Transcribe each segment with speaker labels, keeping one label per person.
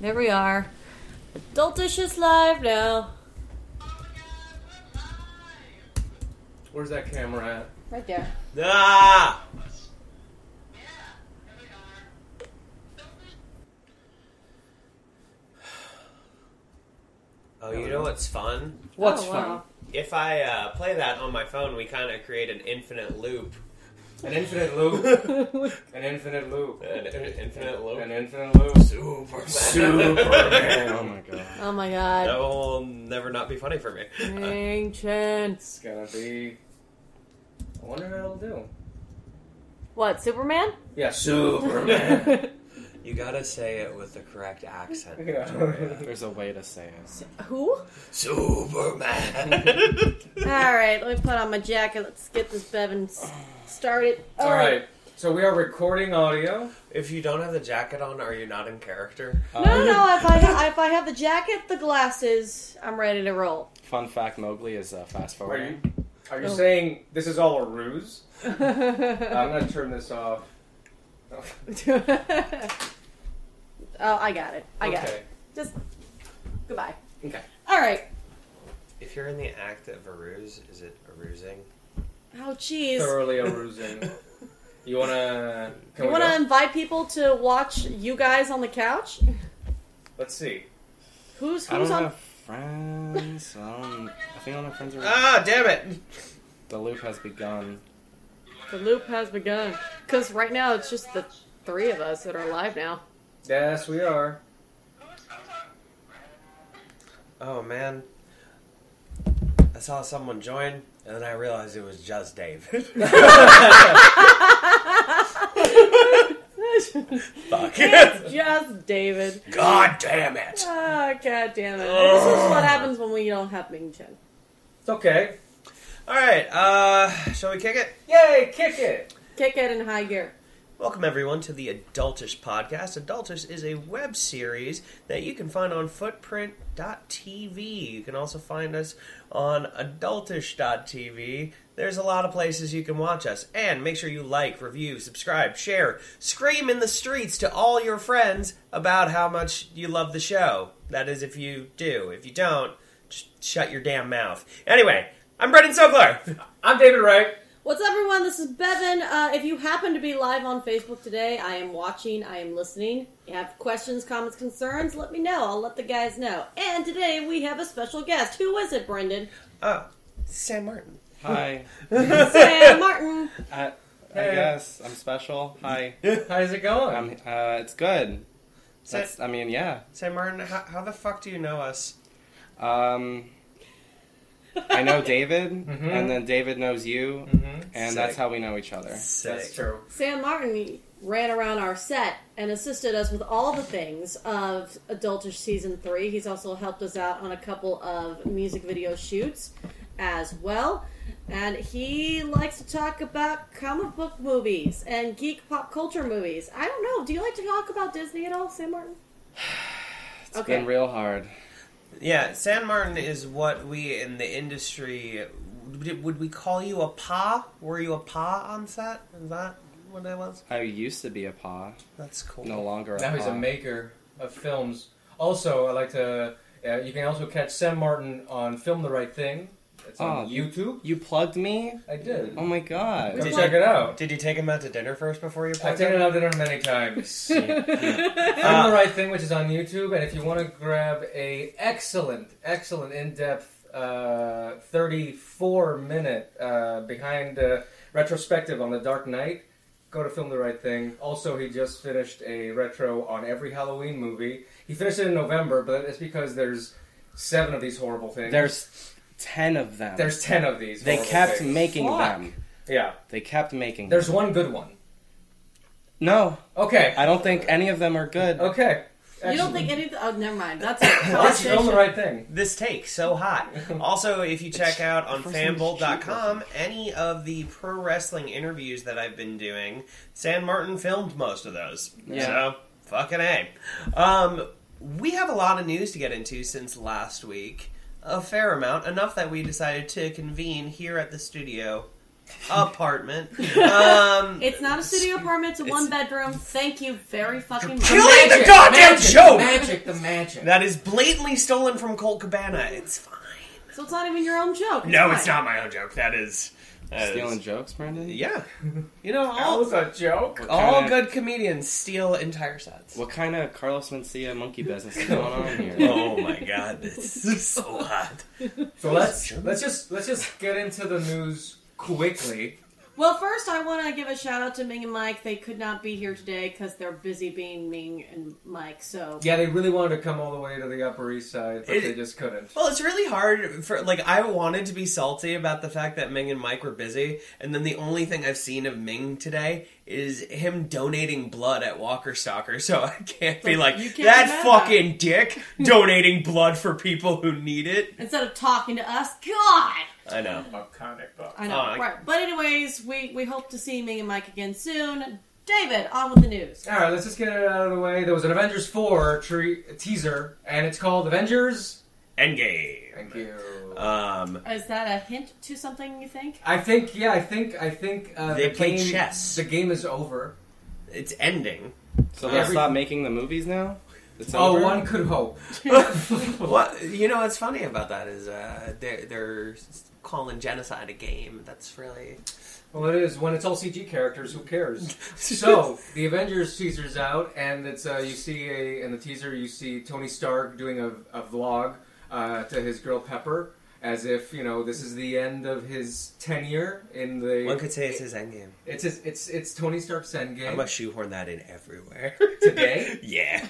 Speaker 1: There we are. Adultish is live now.
Speaker 2: Where's that camera at?
Speaker 1: Right there.
Speaker 2: Ah!
Speaker 3: Oh, you know what's fun?
Speaker 2: What's
Speaker 1: Oh,
Speaker 2: fun?
Speaker 1: wow.
Speaker 3: If I uh, play that on my phone, we kind of create an infinite loop.
Speaker 2: An infinite loop. An infinite loop.
Speaker 3: An, an infinite
Speaker 2: An
Speaker 3: loop.
Speaker 2: infinite loop.
Speaker 3: Superman.
Speaker 2: Superman.
Speaker 4: Oh my god.
Speaker 1: Oh my god.
Speaker 3: That will never not be funny for me.
Speaker 2: Mm.
Speaker 1: Ancient.
Speaker 2: It's gonna be. I wonder how it'll do.
Speaker 1: What, Superman?
Speaker 2: Yeah, Superman.
Speaker 3: you gotta say it with the correct accent.
Speaker 2: Yeah.
Speaker 3: Victoria.
Speaker 4: There's a way to say it.
Speaker 1: Who?
Speaker 3: Superman.
Speaker 1: Alright, let me put on my jacket. Let's get this Bevan s- started.
Speaker 2: All right. So we are recording audio.
Speaker 3: if you don't have the jacket on, are you not in character?
Speaker 4: Uh,
Speaker 1: No, no, no. If I, ha- if I have the jacket, the glasses, I'm ready to roll.
Speaker 4: Fun fact: Mowgli is uh, fast
Speaker 2: Are
Speaker 4: forwarding.
Speaker 2: you? Are you
Speaker 1: Oh.
Speaker 2: saying this is all a ruse? I'm
Speaker 1: oh,
Speaker 2: gonna turn this off. Oh,
Speaker 1: I got it. I got it.
Speaker 2: okay.
Speaker 1: Goodbye.
Speaker 2: Okay.
Speaker 1: Alright.
Speaker 3: If you're in the act of a ruse, is it a rusing?
Speaker 1: Oh, jeez.
Speaker 2: Thoroughly a rusing. You wanna? Can
Speaker 1: You
Speaker 2: we
Speaker 1: want to
Speaker 2: go?
Speaker 1: invite people to watch you guys on the couch?
Speaker 2: Let's see.
Speaker 1: Who's
Speaker 4: I
Speaker 1: who's
Speaker 4: don't
Speaker 1: on?
Speaker 4: have friends. I don't. I think all my friends are.
Speaker 3: Ah, damn it!
Speaker 4: The loop has begun.
Speaker 1: The loop has begun. Because right now it's just the three of us that are alive now.
Speaker 2: Yes, we are.
Speaker 3: Oh man. I saw someone join, and then I realized it was just Dave. Fuck.
Speaker 1: it's just David.
Speaker 3: God damn it!
Speaker 1: Oh, god damn it. This is what happens when we don't have Ming Chen.
Speaker 2: It's okay.
Speaker 3: Alright, uh, shall we kick it?
Speaker 2: Yay! Kick it.
Speaker 1: Kick it in high gear.
Speaker 3: Welcome everyone to the Adultish Podcast. Adultish is a web series that you can find on footprint.tv. You can also find us on adultish.tv. There's a lot of places you can watch us. And make sure you like, review, subscribe, share, scream in the streets to all your friends about how much you love the show. That is, if you do. If you don't, just shut your damn mouth. Anyway, I'm Brendan Sokler.
Speaker 2: I'm David Wright.
Speaker 1: What's up, everyone? This is Bevan. Uh, if you happen to be live on Facebook today, I am watching, I am listening. You have questions, comments, concerns, let me know. I'll let the guys know. And today we have a special guest. Who is it, Brendan?
Speaker 3: Oh, Sam Martin.
Speaker 4: Hi.
Speaker 1: Sam Martin.
Speaker 4: I, I
Speaker 2: Hey.
Speaker 4: guess I'm special. Hi.
Speaker 2: How's it going?
Speaker 4: I'm. Uh, it's good.
Speaker 3: Sa-
Speaker 4: That's. I mean, yeah.
Speaker 3: Sam Martin, how, how the fuck do you know us?
Speaker 4: Um. I know David,
Speaker 2: Mhm.
Speaker 4: and then David knows you,
Speaker 2: mm-hmm.
Speaker 4: and
Speaker 3: Sick.
Speaker 4: that's how we know each other.
Speaker 2: That's true.
Speaker 1: Sam Martin ran around our set and assisted us with all the things of Adultish Season 3. He's also helped us out on a couple of music video shoots as well. And he likes to talk about comic book movies and geek pop culture movies. I don't know. Do you like to talk about Disney at all, Sam Martin?
Speaker 4: It's been real hard.
Speaker 3: Yeah, San Martin is what we in the industry would would we call you a pa? Were you a pa on set? Is that what that was?
Speaker 4: I used to be a paw,
Speaker 3: That's cool.
Speaker 4: no longer a
Speaker 2: Now
Speaker 4: paw.
Speaker 2: he's a maker of films. Also, I like to. Uh, you can also catch Sam Martin on Film the Right Thing. It's on
Speaker 4: Oh.
Speaker 2: YouTube.
Speaker 4: You plugged me?
Speaker 2: I did.
Speaker 4: Oh my god.
Speaker 2: Go
Speaker 3: Did
Speaker 2: check it out.
Speaker 3: Did you take him out to dinner first before you
Speaker 2: I've
Speaker 3: plugged
Speaker 2: taken it
Speaker 3: him?
Speaker 2: out dinner many times. Film
Speaker 3: Uh,
Speaker 2: the Right Thing, which is on YouTube, and if you want to grab a excellent, excellent in-depth, uh, 34-minute uh, behind uh, retrospective on The Dark Knight, go to Film the Right Thing. Also, he just finished a retro on every Halloween movie. He finished it in November, but it's because there's seven of these horrible things.
Speaker 4: There's 10 of them.
Speaker 2: there's ten of these.
Speaker 4: they
Speaker 2: horrible
Speaker 4: kept
Speaker 2: things.
Speaker 4: making
Speaker 1: Fuck.
Speaker 4: them.
Speaker 2: Yeah,
Speaker 4: They kept making
Speaker 2: there's
Speaker 4: them.
Speaker 2: one good one.
Speaker 4: No,
Speaker 2: Okay,
Speaker 4: I don't think any of them are good.
Speaker 2: okay.
Speaker 1: You don't
Speaker 2: Excellent.
Speaker 1: think any? Oh, never mind. That's a
Speaker 2: Watch Film the
Speaker 1: conversation.
Speaker 2: Right Thing.
Speaker 3: this take so hot. Also, if you check out on
Speaker 4: first name's
Speaker 3: fanbolt.com any of the pro wrestling interviews that I've been doing, San Martin filmed most of those.
Speaker 4: Yeah.
Speaker 3: So, fucking A. Um, we have a lot of news to get into since last week. A fair amount, enough that we decided to convene here at the studio apartment. Um,
Speaker 1: It's not a studio apartment. It's a one bedroom. Thank you very fucking much.
Speaker 3: Kill it! the goddamn
Speaker 2: magic,
Speaker 3: joke!
Speaker 2: The magic, the magic.
Speaker 3: that is blatantly stolen from Colt Cabana. It's fine.
Speaker 1: So it's not even your own joke.
Speaker 3: No,
Speaker 1: fine.
Speaker 3: it's not my own joke. That is. that
Speaker 4: Stealing
Speaker 3: is-
Speaker 4: jokes, Brendan?
Speaker 3: Yeah. You know,
Speaker 2: that
Speaker 3: all,
Speaker 2: was a joke.
Speaker 3: all
Speaker 4: Kinda-
Speaker 3: good comedians steal entire sets.
Speaker 4: What kind of Carlos Mencia monkey business is going on here?
Speaker 3: Oh my god, this is so hot.
Speaker 2: So let's let's just let's just get into the news quickly.
Speaker 1: Well, first I want to give a shout out to Ming and Mike. They could not be here today because they're busy being Ming and Mike. So
Speaker 2: Yeah, they really wanted to come all the way to the Upper East Side, but
Speaker 3: It-
Speaker 2: they just couldn't.
Speaker 3: Well, it's really hard for like I wanted to be salty about the fact that Ming and Mike were busy, and then the only thing I've seen of Ming today is him donating blood at Walker Stalker. So I can't be like
Speaker 1: You can't
Speaker 3: that
Speaker 1: remember."
Speaker 3: fucking dick donating blood for people who need it.
Speaker 1: instead of talking to us, God,
Speaker 3: I know.
Speaker 2: A comic book.
Speaker 1: I know.
Speaker 3: Oh, I-
Speaker 1: right. But anyways, we we hope to see Ming and Mike again soon. David, on with the news.
Speaker 2: All right, let's just get it out of the way. There was an Avengers four tre- teaser, and it's called Avengers.
Speaker 3: Endgame.
Speaker 2: Thank you.
Speaker 3: Um,
Speaker 1: Is that a hint to something you think?
Speaker 2: I think yeah, I think I think uh,
Speaker 3: They
Speaker 2: the
Speaker 3: play
Speaker 2: game,
Speaker 3: chess.
Speaker 2: The game is over.
Speaker 3: it's ending.
Speaker 4: So they'll
Speaker 2: Every-
Speaker 4: stop making the movies now? It's
Speaker 2: Oh,
Speaker 4: over?
Speaker 2: one could hope.
Speaker 3: What you know? What's funny about that is uh, they're they're calling genocide a game. That's really
Speaker 2: Well, it is when it's all CG characters. Who cares? so the Avengers teaser's out, and it's uh, you see a in the teaser you see Tony Stark doing a, a vlog uh, to his girl Pepper, as if you know this is the end of his tenure in the.
Speaker 3: one could say it's his endgame.
Speaker 2: It's his, it's it's Tony Stark's
Speaker 3: I'm
Speaker 2: endgame
Speaker 3: gonna shoehorn that in everywhere.
Speaker 2: today.
Speaker 3: yeah.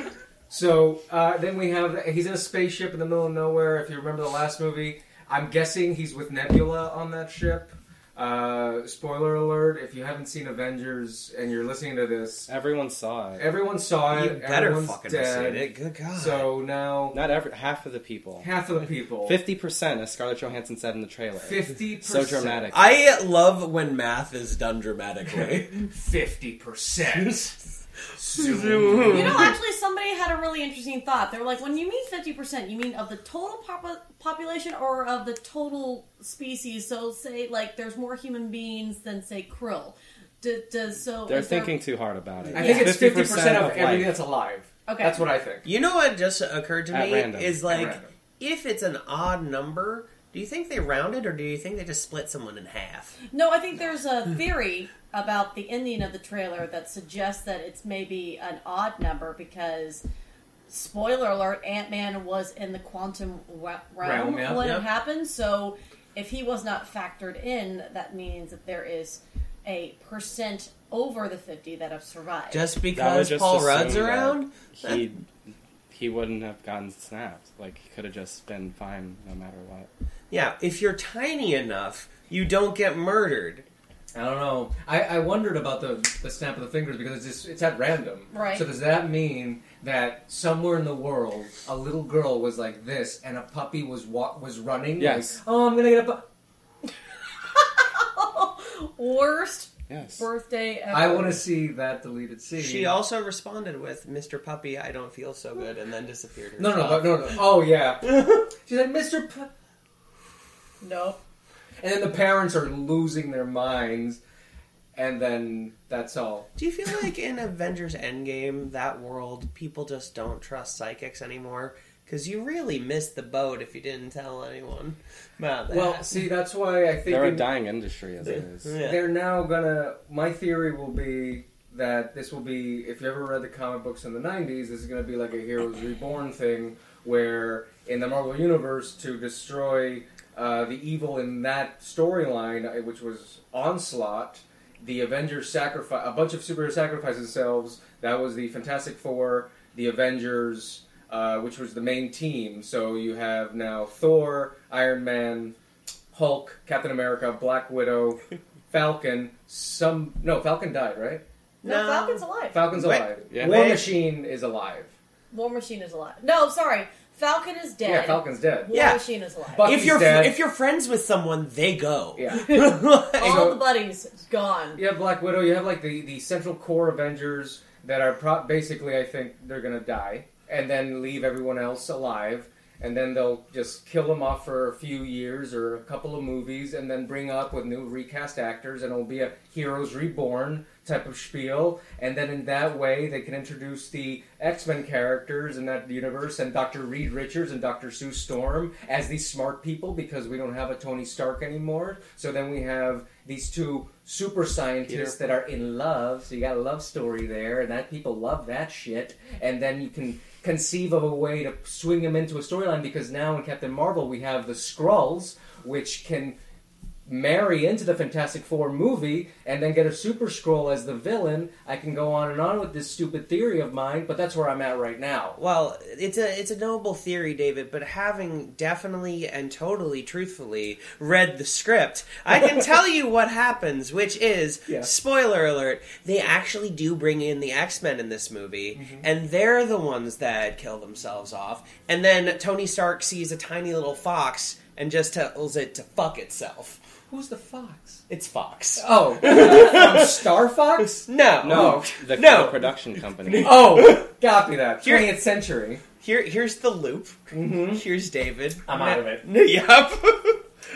Speaker 2: So uh, then we have he's in a spaceship in the middle of nowhere. If you remember the last movie, I'm guessing he's with Nebula on that ship. Uh, spoiler alert: If you haven't seen Avengers and you're listening to this,
Speaker 4: Everyone saw it.
Speaker 2: everyone saw
Speaker 3: You
Speaker 2: it.
Speaker 3: better
Speaker 2: everyone's
Speaker 3: fucking
Speaker 2: dead.
Speaker 3: recite it. Good God.
Speaker 2: So now
Speaker 4: Not every half of the people.
Speaker 2: half of the people,
Speaker 4: Fifty percent, as Scarlett Johansson said in the trailer.
Speaker 2: fifty
Speaker 4: So dramatic.
Speaker 3: I love when math is done dramatically.
Speaker 2: fifty percent.
Speaker 4: Mm-hmm.
Speaker 1: You know, actually, somebody had a really interesting thought. They were like, when you mean 50%, you mean of the total pop- population or of the total species? So, say, like, there's more human beings than, say, krill. D- does so.
Speaker 4: They're
Speaker 1: is there-
Speaker 4: thinking too hard about it.
Speaker 2: I think it's fifty percent of
Speaker 4: life.
Speaker 2: everything that's alive.
Speaker 1: Okay.
Speaker 2: that's what I think.
Speaker 3: you know what just occurred to
Speaker 4: At
Speaker 3: me
Speaker 4: random.
Speaker 3: is
Speaker 2: At
Speaker 3: like
Speaker 2: random.
Speaker 3: if it's an odd number, do you think they rounded or do you think they just split someone in half?
Speaker 1: No, I think there's a theory about the ending of the trailer that suggests that it's maybe an odd number because. Spoiler alert: Ant Man was in the quantum wa- realm
Speaker 2: Realm, yeah,
Speaker 1: when
Speaker 3: yeah.
Speaker 1: it happened. So, if he was not factored in, that means that there is a percent over the fifty that have survived.
Speaker 3: Just
Speaker 4: That would
Speaker 3: because
Speaker 4: just
Speaker 3: Paul
Speaker 4: assume
Speaker 3: Rudd's
Speaker 4: that
Speaker 3: around?
Speaker 4: He he wouldn't have gotten snapped. Like he could have just been fine no matter what.
Speaker 3: Yeah, if you're tiny enough, you don't get murdered.
Speaker 2: I don't know. I, I wondered about the, the snap of the fingers because it's just, it's at random.
Speaker 1: Right.
Speaker 2: So does that mean that somewhere in the world a little girl was like this and a puppy was wa- was running?
Speaker 4: Yes.
Speaker 2: Like, oh, I'm gonna get a. Pu-.
Speaker 1: Worst
Speaker 4: Yes.
Speaker 1: birthday ever.
Speaker 2: I want to see that deleted scene.
Speaker 3: She also responded with "Mr. Puppy, I don't feel so good," and then disappeared.
Speaker 2: No, no,
Speaker 3: herself.
Speaker 2: no, no. Oh yeah. She's like Mr. P-.
Speaker 1: no.
Speaker 2: And then the parents are losing their minds, and then that's all.
Speaker 3: Do you feel like in Avengers Endgame, that world, people just don't trust psychics anymore? Because you really missed the boat if you didn't tell anyone about that.
Speaker 2: Well, see, that's why I think
Speaker 4: They're a
Speaker 2: in-
Speaker 4: dying industry as it is.
Speaker 3: Yeah.
Speaker 2: They're now gonna. My theory will be that this will be. If you ever read the comic books in the '90s, this is gonna be like a Heroes Reborn thing, where in the Marvel universe to destroy uh, the evil in that storyline, uh, which was Onslaught, the Avengers sacrifice a bunch of superheroes sacrifice themselves. That was the Fantastic Four, the Avengers. Uh, which was the main team. So you have now Thor, Iron Man, Hulk, Captain America, Black Widow, Falcon. Some no, Falcon died, right?
Speaker 1: no,
Speaker 3: No.
Speaker 1: Falcon's alive.
Speaker 2: Falcon's
Speaker 3: Wait.
Speaker 2: alive.
Speaker 4: Yeah.
Speaker 2: War
Speaker 3: Wait.
Speaker 2: Machine is alive.
Speaker 1: War Machine is alive. No, sorry, Falcon is dead.
Speaker 2: Yeah, Falcon's dead.
Speaker 1: War
Speaker 3: Yeah.
Speaker 1: Machine is alive.
Speaker 2: But-
Speaker 3: if you're
Speaker 2: Bucky's dead.
Speaker 3: if you're friends with someone, they go.
Speaker 2: Yeah.
Speaker 1: All
Speaker 2: So-
Speaker 1: the buddies gone.
Speaker 2: You have Black Widow. You have like the the central core Avengers that are pro- basically, I think, they're gonna die and then leave everyone else alive. and then they'll just kill them off for a few years or a couple of movies, and then bring up with new recast actors, and it'll be a Heroes Reborn type of spiel. And then in that way, they can introduce the X Men characters in that universe, and Dr. Reed Richards and Dr. Sue Storm as these smart people because we don't have a Tony Stark anymore. So then we have these two super scientists that are in love. So you got a love story there, and that people love that shit. And then you can conceive of a way to swing them into a storyline because now in Captain Marvel we have the Skrulls, which can marry into the Fantastic Four movie and then get a Super Scroll as the villain. I can go on and on with this stupid theory of mine, but that's where I'm at right now.
Speaker 3: Well, it's a it's a noble theory, David, but having definitely and totally truthfully read the script, I can tell you what happens, which is
Speaker 2: Yeah.
Speaker 3: spoiler alert, they actually do bring in the X-Men in this movie,
Speaker 2: Mm-hmm.
Speaker 3: and they're the ones that kill themselves off. And then Tony Stark sees a tiny little fox and just tells it to fuck itself.
Speaker 2: Who's the Fox?
Speaker 3: It's Fox.
Speaker 2: Oh, uh, from Star Fox?
Speaker 3: No.
Speaker 4: No, the
Speaker 3: No.
Speaker 4: the production company.
Speaker 2: Oh, copy that.
Speaker 3: Here-
Speaker 2: 20th century.
Speaker 3: Here here's the loop. Here's David.
Speaker 2: Mm-hmm. I'm out of it.
Speaker 3: Yep.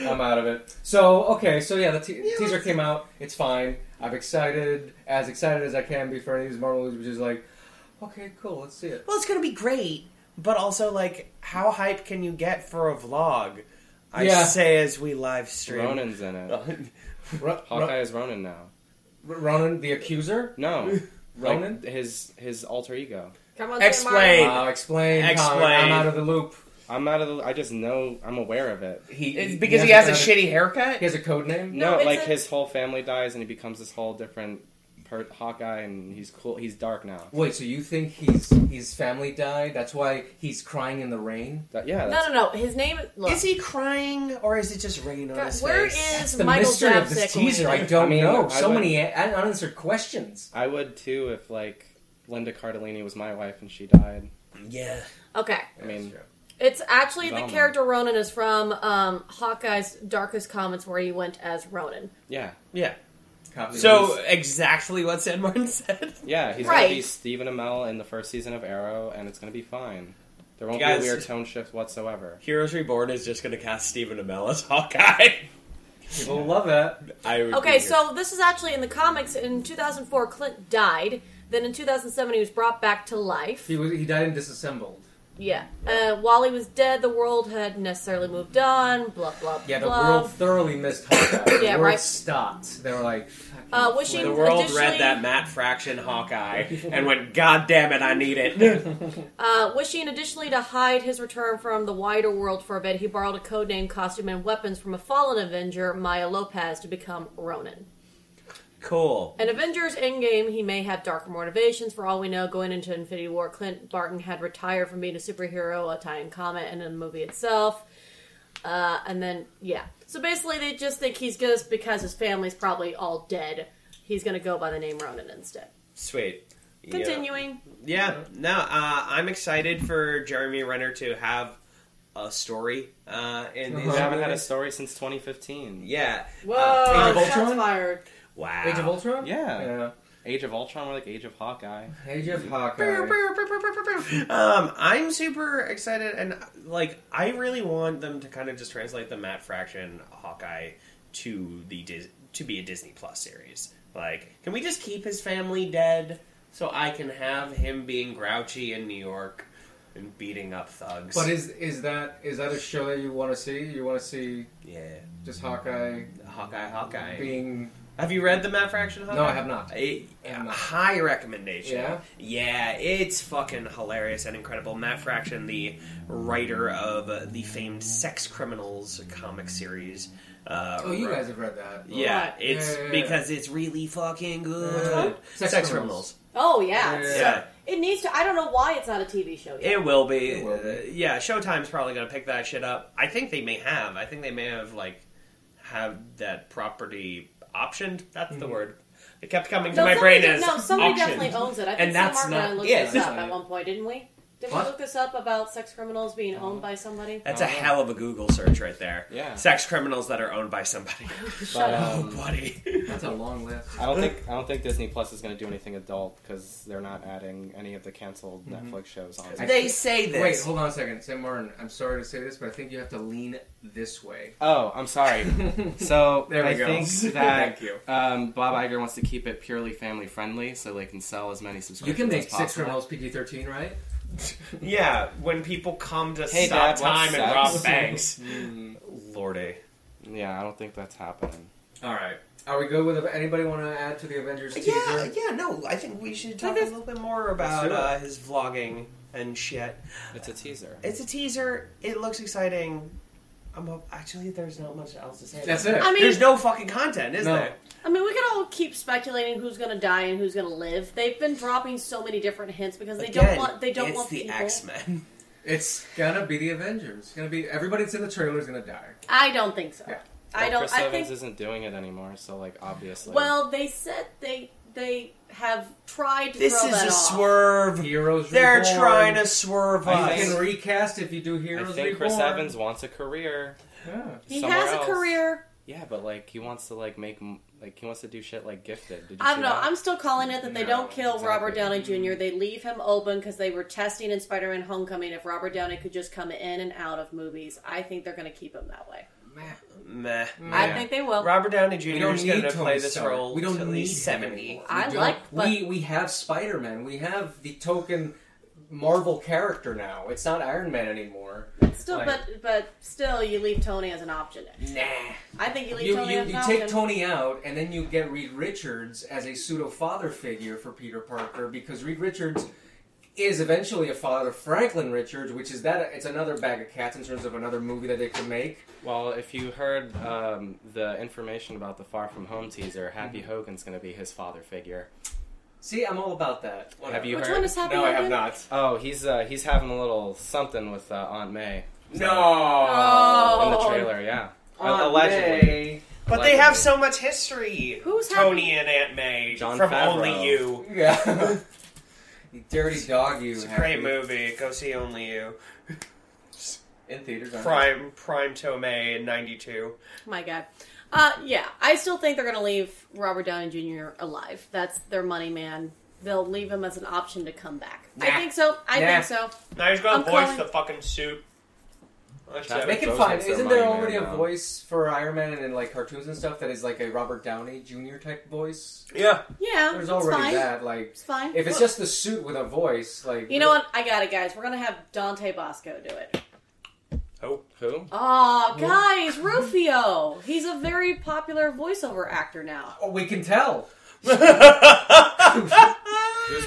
Speaker 2: I'm out of it. So okay, so yeah, the te-
Speaker 3: Yeah,
Speaker 2: teaser
Speaker 3: let's-
Speaker 2: came out. It's fine. I'm excited, as excited as I can be for any of these Marvel movies, which is like, okay, cool, let's see it.
Speaker 3: well, it's gonna be great, but also like, how hype can you get for a vlog? I
Speaker 2: Yeah.
Speaker 3: say as we live stream.
Speaker 4: Ronan's in it.
Speaker 3: Ronan.
Speaker 2: Ro-
Speaker 4: Hawkeye is Ronan now.
Speaker 2: Ro- Ronan the Accuser.
Speaker 4: No,
Speaker 2: Ronan?
Speaker 4: Like his his alter ego.
Speaker 1: Come on,
Speaker 3: Explain.
Speaker 1: Sam Marvel.
Speaker 2: Wow, Uh, explain. Colin.
Speaker 3: Explain.
Speaker 2: I'm out of the loop.
Speaker 4: I'm out of the. I just know. I'm aware of it.
Speaker 2: He
Speaker 3: It's because he has a
Speaker 2: kind of-
Speaker 3: shitty haircut.
Speaker 2: He has a code name.
Speaker 1: No,
Speaker 4: No,
Speaker 1: it's
Speaker 4: like
Speaker 1: a-
Speaker 4: his whole family dies and he becomes this whole different per- Hawkeye, and he's cool. He's dark now.
Speaker 2: Wait, so you think he's his family died? That's why he's crying in the rain.
Speaker 4: That- yeah, that's,
Speaker 1: No, no, no. His name is. Look,
Speaker 3: Is he crying or is it just rain on
Speaker 1: God,
Speaker 3: his
Speaker 1: where
Speaker 3: face?
Speaker 1: is
Speaker 2: It's the
Speaker 1: Michael
Speaker 2: mystery
Speaker 1: Jackson?
Speaker 2: of this teaser. I don't
Speaker 4: I mean,
Speaker 2: know.
Speaker 4: I
Speaker 2: so
Speaker 4: would-
Speaker 2: many a- unanswered questions.
Speaker 4: I would too if like Linda Cardellini was my wife and she died.
Speaker 3: yeah.
Speaker 1: Okay,
Speaker 4: I mean,
Speaker 1: it's actually the
Speaker 4: Velma.
Speaker 1: character Ronan is from um, Hawkeye's Darkest Comets, where he went as Ronan.
Speaker 4: yeah,
Speaker 3: Yeah.
Speaker 2: Copy
Speaker 3: So
Speaker 2: this.
Speaker 3: exactly what San Martin said.
Speaker 4: yeah. He's gonna be
Speaker 1: Right.
Speaker 4: Stephen Amell in the first season of Arrow, and it's gonna be fine. There won't
Speaker 3: You guys-
Speaker 4: be a weird tone shift whatsoever.
Speaker 3: Heroes Reborn is just gonna cast Stephen Amell as Hawkeye.
Speaker 2: people love that.
Speaker 3: I would
Speaker 1: Okay, so this is actually in the comics. In 2004, Clint died. Then in 2007, he was brought back to life.
Speaker 2: He was, he died in disassembled.
Speaker 1: Yeah. Uh, while he was dead, the world hadn't necessarily moved on. Blah blah.
Speaker 2: Yeah, the
Speaker 1: blah.
Speaker 2: world thoroughly missed Hawkeye.
Speaker 1: Yeah,
Speaker 2: the world
Speaker 1: right.
Speaker 2: stopped. They were like, fucking
Speaker 1: Uh, wishing-
Speaker 3: The
Speaker 2: flip.
Speaker 3: world
Speaker 1: Additionally-
Speaker 3: read that Matt Fraction Hawkeye and went, God damn it, I need it.
Speaker 1: Uh, wishing additionally to hide his return from the wider world for a bit, he borrowed a codename, costume, and weapons from a fallen Avenger, Maya Lopez, to become Ronan.
Speaker 3: cool.
Speaker 1: In Avengers Endgame, he may have darker motivations. For all we know, going into Infinity War, Clint Barton had retired from being a superhero, a tie-in comment, and in the movie itself. Uh, and then, yeah. So basically, they just think he's just because his family's probably all dead, he's going to go by the name Ronan instead.
Speaker 3: Sweet. Yeah.
Speaker 1: Continuing.
Speaker 3: Yeah. No, uh, I'm excited for Jeremy Renner to have a story uh, in these.
Speaker 4: We
Speaker 2: Uh-huh.
Speaker 4: haven't had a story since 2015.
Speaker 3: Yeah.
Speaker 2: Age
Speaker 3: Uh,
Speaker 2: of Ultron?
Speaker 1: fired.
Speaker 3: wow.
Speaker 2: Age of Ultron.
Speaker 4: Yeah.
Speaker 2: yeah.
Speaker 4: Age of Ultron, or like Age of Hawkeye.
Speaker 2: Age of Hawkeye.
Speaker 3: Um, I'm super excited, and like, I really want them to kind of just translate the Matt Fraction Hawkeye to the Dis- to be a Disney Plus series. Like, can we just keep his family dead so I can have him being grouchy in New York and beating up thugs?
Speaker 2: But is is that is that a show that you want to see? You want to see
Speaker 3: yeah,
Speaker 2: just Hawkeye
Speaker 3: Hawkeye, Hawkeye.
Speaker 2: being?
Speaker 3: have you read the Matt Fraction Hawkeye?
Speaker 2: No, I have not.
Speaker 3: A,
Speaker 2: I have not.
Speaker 3: high recommendation.
Speaker 2: Yeah?
Speaker 3: Yeah, it's fucking hilarious and incredible. Matt Fraction, the writer of uh, the famed Sex Criminals comic series. Uh,
Speaker 2: Oh, you
Speaker 3: wrote-
Speaker 2: guys have read that.
Speaker 3: Yeah,
Speaker 1: Right.
Speaker 3: it's
Speaker 2: Yeah, yeah, yeah.
Speaker 3: because it's really fucking good.
Speaker 2: Uh,
Speaker 3: Sex,
Speaker 2: Sex Criminals.
Speaker 3: Criminals.
Speaker 1: Oh, yeah. it's-
Speaker 3: Yeah.
Speaker 1: It needs to. I don't know why it's not a TV show yet.
Speaker 3: It will be.
Speaker 2: It will be.
Speaker 3: Uh, yeah, Showtime's probably going to pick that shit up. I think they may have. I think they may have like have that property optioned. That's
Speaker 4: Mm-hmm.
Speaker 3: the word. It kept coming to my
Speaker 1: somebody
Speaker 3: brain
Speaker 1: did-
Speaker 3: as
Speaker 1: no, somebody
Speaker 3: auctioned.
Speaker 1: definitely owns it. I think
Speaker 3: And that's
Speaker 1: Sam Martin and I
Speaker 3: not-
Speaker 1: looked
Speaker 3: yeah,
Speaker 1: this
Speaker 3: it's
Speaker 1: up
Speaker 2: not-
Speaker 1: at one point, didn't we? Did
Speaker 2: What?
Speaker 1: we look this up about sex criminals being owned by somebody?
Speaker 3: That's a hell of a Google search right there.
Speaker 4: Oh, Yeah.
Speaker 3: Sex criminals that are owned by somebody.
Speaker 1: Shut up.
Speaker 3: oh,
Speaker 4: Um,
Speaker 3: buddy.
Speaker 2: That's a long list.
Speaker 4: I don't think I don't think Disney Plus is going to do anything adult because they're not adding any of the canceled Netflix shows on.
Speaker 2: Mm-hmm. I-
Speaker 3: they say this.
Speaker 2: Wait, hold on a second, Sam Martin. I'm sorry to say this, but I think you have to lean this way.
Speaker 4: Oh, I'm sorry. So
Speaker 2: There we
Speaker 4: I
Speaker 2: go.
Speaker 4: think that
Speaker 2: Thank you.
Speaker 4: Um, Bob Iger wants to keep it purely family friendly, so they can sell as many
Speaker 2: You
Speaker 4: subscriptions.
Speaker 2: can make
Speaker 4: as
Speaker 2: six
Speaker 4: possible.
Speaker 2: criminals PG-13, right?
Speaker 3: Yeah, when people come to
Speaker 4: Hey,
Speaker 3: stop
Speaker 4: Dad, what's
Speaker 3: time and
Speaker 4: sex?
Speaker 3: rob banks.
Speaker 4: Mm,
Speaker 3: Lordy.
Speaker 4: yeah, I don't think that's happening.
Speaker 2: All right. Are we good with anybody want to add to the Avengers
Speaker 3: Yeah,
Speaker 2: teaser?
Speaker 3: yeah, no, I think we should talk a
Speaker 1: Okay.
Speaker 3: little bit more
Speaker 2: Let's
Speaker 3: about
Speaker 2: do it.
Speaker 3: uh, his vlogging and shit.
Speaker 4: It's a teaser.
Speaker 3: It's a teaser. It looks exciting. I'm hope- actually there's not much else to say. about
Speaker 2: That's it.
Speaker 1: I mean-
Speaker 3: there's no fucking content, is
Speaker 2: No.
Speaker 3: there?
Speaker 1: I mean, we can all keep speculating who's going to die and who's going to live. They've been dropping so many different hints because they don't
Speaker 3: Again,
Speaker 1: want they don't
Speaker 3: it's
Speaker 1: want
Speaker 3: the
Speaker 1: people.
Speaker 3: X Men.
Speaker 2: It's gonna be the Avengers. It's gonna be everybody that's in the trailer is gonna die.
Speaker 1: I don't think so.
Speaker 2: Yeah.
Speaker 1: I
Speaker 4: Well,
Speaker 1: don't.
Speaker 4: Chris
Speaker 1: I
Speaker 4: Evans
Speaker 1: think.
Speaker 4: isn't doing it anymore, so like obviously.
Speaker 1: well, they said they they have tried to
Speaker 3: This
Speaker 1: throw
Speaker 3: is
Speaker 1: that
Speaker 3: a
Speaker 1: off.
Speaker 3: swerve.
Speaker 2: Heroes.
Speaker 3: They're
Speaker 2: Reborn.
Speaker 3: trying to swerve
Speaker 4: I
Speaker 2: You
Speaker 3: us.
Speaker 2: can recast if you do
Speaker 4: I
Speaker 2: Heroes
Speaker 4: think
Speaker 2: Reborn.
Speaker 4: Chris Evans wants a career.
Speaker 2: Yeah.
Speaker 1: He
Speaker 4: somewhere
Speaker 1: has a
Speaker 4: else.
Speaker 1: career.
Speaker 4: Yeah, but like he wants to like make m- like he wants to do shit like Gifted. Did you
Speaker 1: I
Speaker 4: see
Speaker 1: don't know.
Speaker 4: that?
Speaker 1: I'm still calling it that they
Speaker 2: No,
Speaker 1: don't kill
Speaker 4: exactly.
Speaker 1: Robert Downey Jr. They leave him open because they were testing in Spider-Man: Homecoming if Robert Downey could just come in and out of movies. I think they're going to keep him that way.
Speaker 3: Meh.
Speaker 1: I
Speaker 2: Yeah.
Speaker 1: think they will.
Speaker 3: Robert Downey Jr.
Speaker 2: We don't
Speaker 3: is
Speaker 2: need
Speaker 3: going to
Speaker 2: Tony
Speaker 3: play this
Speaker 2: Stark.
Speaker 3: role.
Speaker 2: We don't
Speaker 3: till
Speaker 2: need
Speaker 3: he's
Speaker 2: him
Speaker 3: seventy.
Speaker 2: anymore.
Speaker 1: I
Speaker 2: We don't-
Speaker 1: like- but-
Speaker 2: we we have Spider Man. We have the token Marvel character now. It's not Iron Man anymore.
Speaker 1: Still,
Speaker 2: Like-
Speaker 1: but but still, you leave Tony as an option.
Speaker 2: Nah.
Speaker 1: I think you leave
Speaker 2: You,
Speaker 1: Tony
Speaker 2: you,
Speaker 1: as an
Speaker 2: you
Speaker 1: option.
Speaker 2: take Tony out, and then you get Reed Richards as a pseudo father figure for Peter Parker because Reed Richards is eventually a father of Franklin Richards, which is that it's another bag of cats in terms of another movie that they could make.
Speaker 4: Well, if you heard um, the information about the Far From Home teaser, Happy Hogan's going to be his father figure.
Speaker 2: See, I'm all about that. Whatever.
Speaker 4: you
Speaker 1: Which
Speaker 4: heard?
Speaker 1: one is happening?
Speaker 2: No, I have
Speaker 1: again?
Speaker 2: not.
Speaker 4: Oh, he's uh, he's having a little something with uh, Aunt May
Speaker 1: No.
Speaker 4: in the trailer. Yeah,
Speaker 2: Aunt
Speaker 4: allegedly.
Speaker 2: May.
Speaker 3: But they have so much history.
Speaker 1: Who's
Speaker 3: Tony and Aunt May
Speaker 4: Jon
Speaker 3: from
Speaker 4: Favreau.
Speaker 3: Only You?
Speaker 2: Yeah. you dirty dog, you.
Speaker 3: It's a
Speaker 2: Happy.
Speaker 3: great movie. Go see Only You.
Speaker 2: In theaters. I know.
Speaker 3: Prime Prime Tomei in '92.
Speaker 1: My God. Uh, yeah, I still think they're going to leave Robert Downey Jr. alive. That's their money man. They'll leave him as an option to come back. I
Speaker 3: Nah.
Speaker 1: think so. I
Speaker 2: Nah.
Speaker 1: think so.
Speaker 3: Now he's gonna
Speaker 1: I'm
Speaker 3: voice
Speaker 1: calling-
Speaker 3: the fucking suit. That's
Speaker 4: Chadwick
Speaker 2: They
Speaker 3: it.
Speaker 2: can
Speaker 4: Boseman's
Speaker 2: find.
Speaker 4: their
Speaker 2: Isn't there
Speaker 4: money man
Speaker 2: already a
Speaker 4: now.
Speaker 2: voice for Iron Man and in like cartoons and stuff that is like a Robert Downey Jr. type voice?
Speaker 3: Yeah.
Speaker 1: Yeah,
Speaker 2: There's
Speaker 1: it's
Speaker 2: already
Speaker 1: Um, fine.
Speaker 2: that. Like,
Speaker 1: It's fine.
Speaker 2: if it's
Speaker 1: Well,
Speaker 2: just the suit with a voice, like
Speaker 1: you know what, I got it, guys. We're gonna have Dante Bosco do it.
Speaker 3: Oh,
Speaker 4: Who?
Speaker 1: Oh,
Speaker 2: Who?
Speaker 1: guys, Rufio. He's a very popular voiceover actor now.
Speaker 2: Oh, we can tell.
Speaker 4: Who's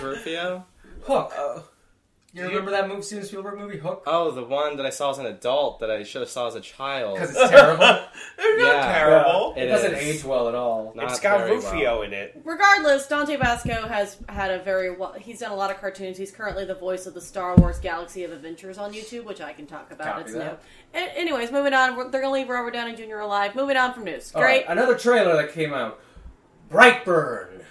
Speaker 4: Rufio?
Speaker 2: Hook.
Speaker 3: Uh,
Speaker 2: you remember that movie, Steven Spielberg movie, Hook?
Speaker 4: Oh, the one that I saw as an adult that I should have saw as a child.
Speaker 2: Because it's terrible.
Speaker 3: they're not
Speaker 4: Yeah.
Speaker 3: terrible.
Speaker 2: It,
Speaker 4: Oh. It
Speaker 2: doesn't
Speaker 4: is.
Speaker 2: age well at all.
Speaker 4: Not
Speaker 3: it's got
Speaker 4: very well.
Speaker 3: Rufio in it.
Speaker 1: Regardless, Dante Basco has had a very wa- he's done a lot of cartoons. He's currently the voice of the Star Wars Galaxy of Adventures on YouTube, which I can talk about.
Speaker 2: Copy
Speaker 1: it's
Speaker 2: that.
Speaker 1: new. A- anyways, moving on. We're- They're gonna leave Robert Downey Jr. alive. Moving on from news.
Speaker 2: All
Speaker 1: Great.
Speaker 2: right, another trailer that came out. Brightburn.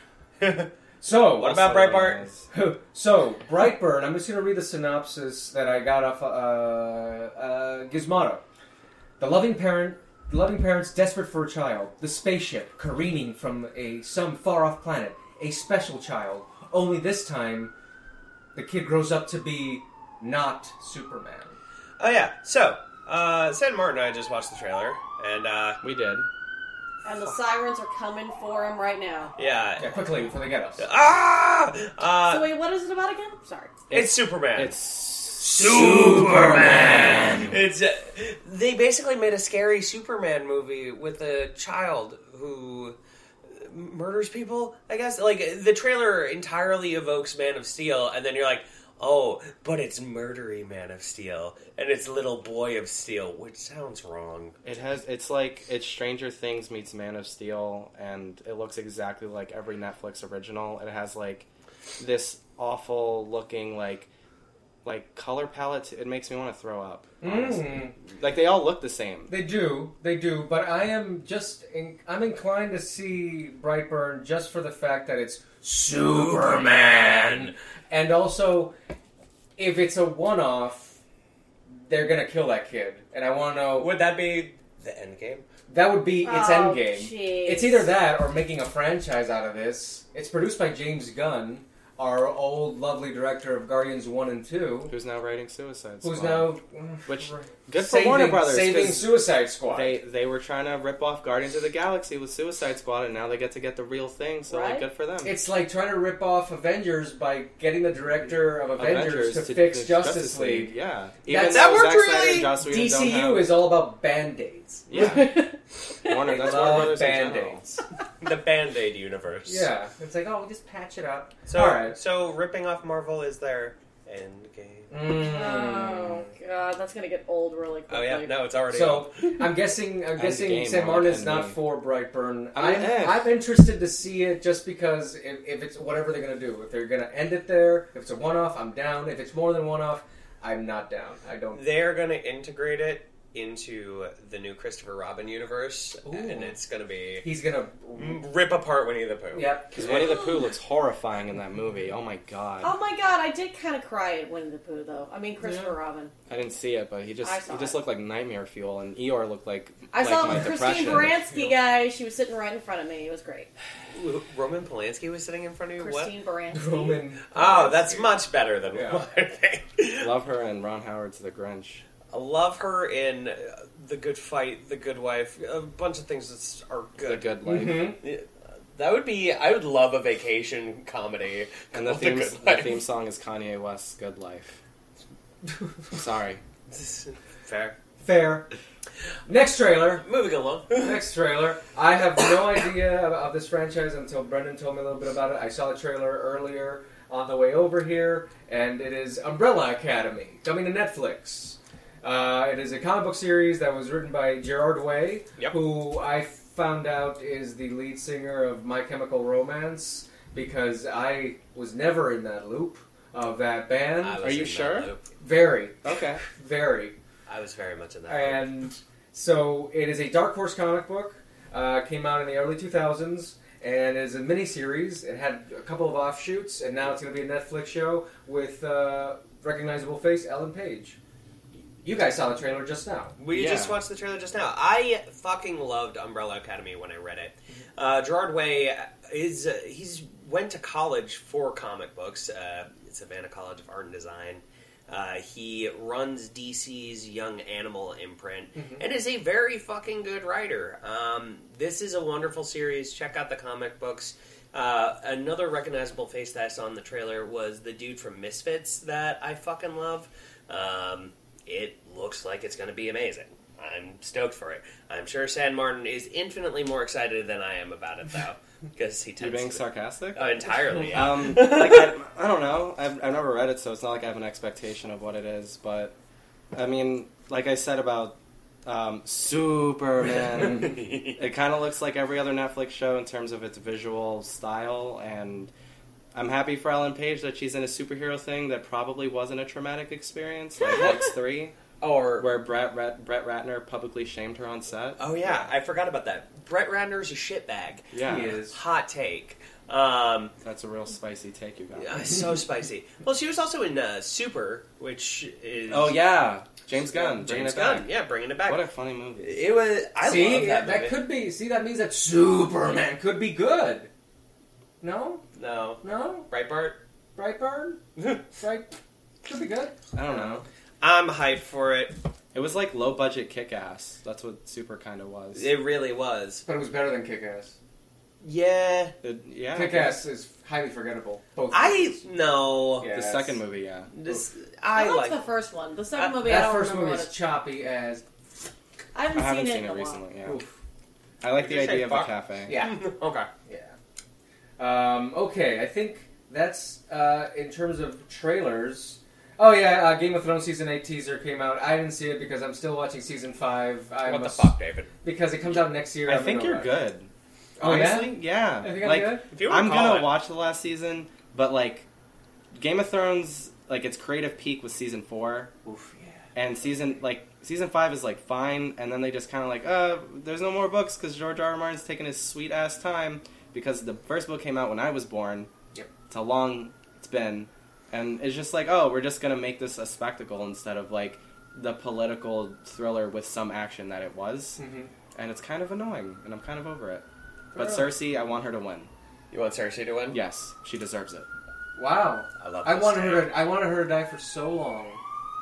Speaker 2: So
Speaker 3: What about Breitbart?
Speaker 2: so Brightburn. I'm just going to read the synopsis that I got off uh, uh, Gizmodo. The loving parent, the loving parents desperate for a child. The spaceship careening from a some far off planet. A special child. Only this time, the kid grows up to be not Superman.
Speaker 3: Oh yeah. So, uh, San Martin and I just watched the trailer, and uh,
Speaker 4: We did.
Speaker 1: And the sirens are coming for him right now.
Speaker 3: yeah.
Speaker 2: Yeah, quickly before they get us.
Speaker 3: Ah! Uh,
Speaker 1: So wait, what is it about again? Sorry.
Speaker 3: it's, Superman.
Speaker 4: It's
Speaker 3: Superman. It's uh, they basically made a scary Superman movie with a child who murders people. I guess like the trailer entirely evokes Man of Steel, and then you're like, oh, but it's murdery Man of Steel, and it's little boy of Steel, which sounds wrong.
Speaker 4: it has it's like it's Stranger Things meets Man of Steel, and it looks exactly like every Netflix original. It has like this awful looking like like color palette. It makes me want to throw up. honestly.
Speaker 2: Mm.
Speaker 4: Like they all look the same.
Speaker 2: They do, they do, but I am just in, I'm inclined to see Brightburn just for the fact that it's Superman, and also if it's a one off, they're gonna kill that kid, and I want to know
Speaker 3: Would that be the end game?
Speaker 2: that would be its
Speaker 1: oh,
Speaker 2: end game.
Speaker 1: jeez.
Speaker 2: It's either that or making a franchise out of this. It's produced by James Gunn, our old lovely director of Guardians One and Two,
Speaker 4: Who's now writing Suicide Squad?
Speaker 2: who's now uh,
Speaker 4: Which- good for
Speaker 2: saving,
Speaker 4: Warner Brothers.
Speaker 2: saving
Speaker 4: 'cause
Speaker 2: Suicide Squad.
Speaker 4: They they were trying to rip off Guardians of the Galaxy with Suicide Squad, and now they get to get the real thing. So
Speaker 1: Right.
Speaker 4: like, good for them.
Speaker 2: It's like trying to rip off Avengers by getting the director of Avengers, to, fix Justice, League.
Speaker 4: Yeah,
Speaker 2: That's-
Speaker 4: though
Speaker 2: that worked
Speaker 4: Zack Snyder
Speaker 2: really-
Speaker 4: and Joss Whedon don't have-
Speaker 2: DCU is all about band aids.
Speaker 4: yeah. Warner, that's Warner
Speaker 2: Love
Speaker 4: Brothers in
Speaker 2: band
Speaker 4: general.
Speaker 2: aids.
Speaker 3: The Band Aid universe.
Speaker 2: Yeah, it's like oh, we just patch it up.
Speaker 3: So,
Speaker 2: all right.
Speaker 3: so ripping off Marvel is their end game.
Speaker 4: Hmm.
Speaker 1: Oh god, that's gonna get old really
Speaker 3: Oh
Speaker 1: quickly.
Speaker 3: yeah, no, it's already
Speaker 2: So I'm guessing I'm guessing
Speaker 4: game,
Speaker 2: San
Speaker 4: Mark,
Speaker 2: Martin's
Speaker 4: end
Speaker 2: not
Speaker 4: game.
Speaker 2: for Brightburn.
Speaker 4: I mean,
Speaker 2: I'm,
Speaker 4: eh.
Speaker 2: I'm interested to see it just because if, if it's whatever they're gonna do, if they're gonna end it there, if it's a one off, I'm down. If it's more than one off, I'm not down. I don't.
Speaker 3: They're going to integrate it into the new Christopher Robin universe,
Speaker 2: Ooh.
Speaker 3: and it's going to be
Speaker 4: Mm-hmm.
Speaker 2: He's gonna.
Speaker 4: Mm.
Speaker 3: rip apart Winnie the Pooh.
Speaker 2: Yep.
Speaker 4: Because Winnie the Pooh looks horrifying in that movie. Oh my god,
Speaker 1: Oh my god, I did kind of cry at Winnie the Pooh though. I mean Christopher
Speaker 2: Yeah.
Speaker 1: Robin.
Speaker 4: I didn't see it, but he just
Speaker 1: I saw
Speaker 4: he just
Speaker 1: it.
Speaker 4: looked like nightmare fuel, and Eeyore looked like
Speaker 1: I
Speaker 4: like
Speaker 1: saw it
Speaker 4: my
Speaker 1: with Christine
Speaker 4: depression.
Speaker 1: Baranski, guys. She was sitting right in front of me. It was great.
Speaker 3: Ooh, Roman Polanski was sitting in front of you? What?
Speaker 1: Christine Baranski.
Speaker 2: Roman.
Speaker 3: Oh, that's much better than
Speaker 2: Yeah.
Speaker 3: what I think.
Speaker 4: Love her and Ron Howard's The Grinch.
Speaker 3: I love her in uh, The Good Fight, The Good Wife, a bunch of things that s- are
Speaker 4: The
Speaker 3: good.
Speaker 4: Good Life.
Speaker 2: Mhm.
Speaker 3: That would be. I would love a vacation comedy.
Speaker 4: And the
Speaker 3: called
Speaker 4: theme
Speaker 3: Good
Speaker 4: the
Speaker 3: Life.
Speaker 4: theme song is Kanye West's Good Life. Sorry.
Speaker 3: Fair.
Speaker 2: Fair. Next trailer.
Speaker 3: Moving along.
Speaker 2: Next trailer. I have no idea of- of this franchise until Brendan told me a little bit about it. I saw the trailer earlier on the way over here, and it is Umbrella Academy coming to Netflix. Uh, it is a comic book series that was written by Gerard Way,
Speaker 3: Yep.
Speaker 2: who I found out is the lead singer of My Chemical Romance because I was never in that loop of that band.
Speaker 3: I was
Speaker 4: Are you
Speaker 3: in that
Speaker 4: sure?
Speaker 3: loop.
Speaker 2: very,
Speaker 4: Okay.
Speaker 2: very.
Speaker 3: I was very much in that. loop.
Speaker 2: And so it is a Dark Horse comic book. Uh, came out in the early 2000s and is a miniseries. It had a couple of offshoots, and now it's going to be a Netflix show with uh, recognizable face Ellen Page. You guys saw the trailer just now.
Speaker 3: We
Speaker 4: Yeah.
Speaker 3: just watched the trailer just now. I fucking loved Umbrella Academy when I read it. Uh, Gerard Way is uh, he's went to college for comic books. Uh, Savannah College of Art and Design. Uh, he runs DC's Young Animal imprint and is a very fucking good writer. Um, this is a wonderful series. Check out the comic books. Uh, another recognizable face that I saw in the trailer was the dude from Misfits that I fucking love. Um, it looks like it's going to be amazing. I'm stoked for it. I'm sure San Martin is infinitely more excited than I am about it, though, because he
Speaker 4: You're
Speaker 3: tends
Speaker 4: being
Speaker 3: to-
Speaker 4: sarcastic?
Speaker 3: Oh, entirely. yeah.
Speaker 4: Um, like I, I don't know. I've, I've never read it, so it's not like I have an expectation of what it is. But I mean, like I said about um, Superman, it kind of looks like every other Netflix show in terms of its visual style. And I'm happy for Ellen Page that she's in a superhero thing that probably wasn't a traumatic experience, like X Three,
Speaker 3: or
Speaker 4: where Brett Rat- Brett Ratner publicly shamed her on set.
Speaker 3: oh yeah, I forgot about that. Brett Ratner's a shitbag.
Speaker 4: Yeah,
Speaker 2: He is.
Speaker 3: Hot take. Um,
Speaker 4: that's a real spicy take you got.
Speaker 3: uh, so spicy. Well, she was also in uh, Super, which is
Speaker 4: Oh yeah, James Gunn, bringing
Speaker 3: James
Speaker 4: it
Speaker 3: Gunn.
Speaker 4: back.
Speaker 3: Yeah, bringing it back.
Speaker 4: What a funny movie.
Speaker 3: it was. I
Speaker 2: see,
Speaker 3: love that, movie.
Speaker 2: could be. See, that means that Superman could be good. No,
Speaker 3: No,
Speaker 2: no,
Speaker 3: right, Bart.
Speaker 2: Brightburn, Bright could be good.
Speaker 4: I don't know.
Speaker 3: I'm hyped for it.
Speaker 4: It was like low budget kick ass. That's what Super kind of was.
Speaker 3: It really was.
Speaker 2: But it was better than Kick-Ass.
Speaker 3: Yeah.
Speaker 4: It- yeah.
Speaker 2: Kick-Ass is highly forgettable. Both
Speaker 3: I no.
Speaker 4: The
Speaker 2: Yes.
Speaker 4: second movie, yeah.
Speaker 3: This
Speaker 1: I,
Speaker 3: I
Speaker 1: liked
Speaker 3: like.
Speaker 1: the first one. The second
Speaker 3: That-
Speaker 1: movie, I
Speaker 2: That
Speaker 1: don't
Speaker 2: first
Speaker 1: remember
Speaker 2: movie
Speaker 1: what
Speaker 2: is
Speaker 1: it's.
Speaker 2: choppy as.
Speaker 1: I haven't,
Speaker 4: I haven't
Speaker 1: seen,
Speaker 4: seen
Speaker 1: it,
Speaker 4: it
Speaker 1: in
Speaker 4: recently, yeah.
Speaker 2: Oof.
Speaker 4: I like
Speaker 3: Did
Speaker 4: the
Speaker 3: you say
Speaker 4: idea of
Speaker 3: fuck?
Speaker 4: a cafe.
Speaker 2: Yeah.
Speaker 3: okay.
Speaker 2: Yeah. Um, okay, I think that's uh, in terms of trailers. Oh yeah, uh, Game of Thrones season eight teaser came out. I didn't see it because I'm still watching season five. I
Speaker 3: what the
Speaker 2: must-
Speaker 3: fuck, David?
Speaker 2: Because it comes out next year.
Speaker 4: I
Speaker 2: I'm in
Speaker 4: think
Speaker 2: no
Speaker 4: you're
Speaker 2: rush.
Speaker 4: good.
Speaker 2: Oh yeah.
Speaker 4: Honestly, yeah.
Speaker 2: I think I'm
Speaker 4: like,
Speaker 2: good.
Speaker 3: If you
Speaker 4: I'm
Speaker 3: recall
Speaker 4: gonna
Speaker 3: it-
Speaker 4: watch the last season, but like, Game of Thrones, like its creative peak was season four,
Speaker 2: Oof, yeah.
Speaker 4: and season like season five is like fine, and then they just kind of like, uh, there's no more books because George R. R. Martin's taking his sweet ass time because the first book came out when I was born.
Speaker 2: Yep.
Speaker 4: It's how long it's been, and it's just like oh we're just gonna make this a spectacle instead of like the political thriller with some action that it was
Speaker 2: Mm-hmm.
Speaker 4: and it's kind of annoying and i'm kind of over it but
Speaker 2: Fair
Speaker 4: cersei i want her to win
Speaker 3: You want Cersei to win?
Speaker 4: yes she deserves it
Speaker 2: Wow.
Speaker 3: I love.
Speaker 2: I
Speaker 3: this
Speaker 2: wanted
Speaker 3: take.
Speaker 2: her. To, I wanted her to die for so long,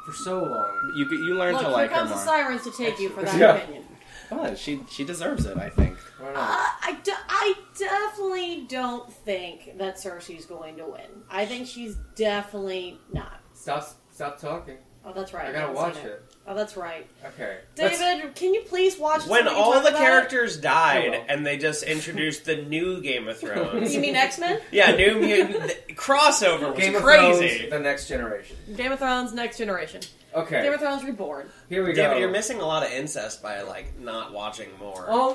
Speaker 2: for so long.
Speaker 4: you you learn
Speaker 1: Look,
Speaker 4: to
Speaker 1: here
Speaker 4: like her
Speaker 1: comes the
Speaker 4: more
Speaker 1: sirens to take you for that
Speaker 2: Yeah.
Speaker 1: opinion.
Speaker 4: but she she deserves it i think
Speaker 2: Why
Speaker 1: Uh,
Speaker 3: Ah.
Speaker 2: not?
Speaker 1: I, de- I definitely don't think that Cersei's going to win. I think she's definitely not.
Speaker 2: Stop. Stop talking.
Speaker 1: Oh, that's right.
Speaker 2: I gotta
Speaker 1: haven't
Speaker 2: watch
Speaker 1: seen
Speaker 2: it.
Speaker 1: Oh, that's right.
Speaker 2: Okay.
Speaker 1: David,
Speaker 3: Let's-
Speaker 1: can you please watch it so
Speaker 3: When
Speaker 1: we can
Speaker 3: all
Speaker 1: talk
Speaker 3: the
Speaker 1: about it?
Speaker 3: characters
Speaker 2: I
Speaker 3: died
Speaker 2: will.
Speaker 3: and they just introduced the new Game of Thrones.
Speaker 1: You mean X Men?
Speaker 3: yeah, new mutant the crossover was
Speaker 2: Game of
Speaker 3: crazy.
Speaker 2: Thrones: The Next Generation.
Speaker 1: Game of Thrones Next Generation. Game
Speaker 2: Okay.
Speaker 1: of Thrones Reborn.
Speaker 2: Here we go.
Speaker 3: David, you're missing a lot of incest by like not watching more.
Speaker 2: Oh uh,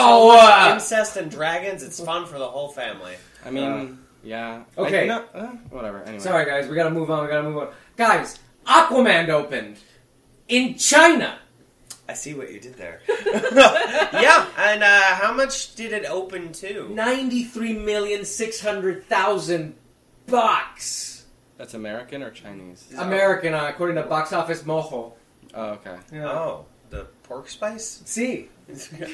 Speaker 3: So much
Speaker 2: no!
Speaker 3: incest and dragons. It's fun for the whole family.
Speaker 4: i mean
Speaker 2: Uh,
Speaker 4: yeah
Speaker 2: okay.
Speaker 4: I, no, uh, whatever anyway
Speaker 2: Sorry guys, we gotta move on. We gotta move on. Guys, Aquaman opened in China.
Speaker 3: I see what you did there. yeah, and uh, how much did it open to?
Speaker 2: Ninety-three million six hundred thousand bucks.
Speaker 4: that's american or chinese
Speaker 3: No.
Speaker 2: American, uh, according to Box Office Mojo.
Speaker 4: oh okay
Speaker 2: Yeah.
Speaker 3: Oh, the pork spice.
Speaker 2: See,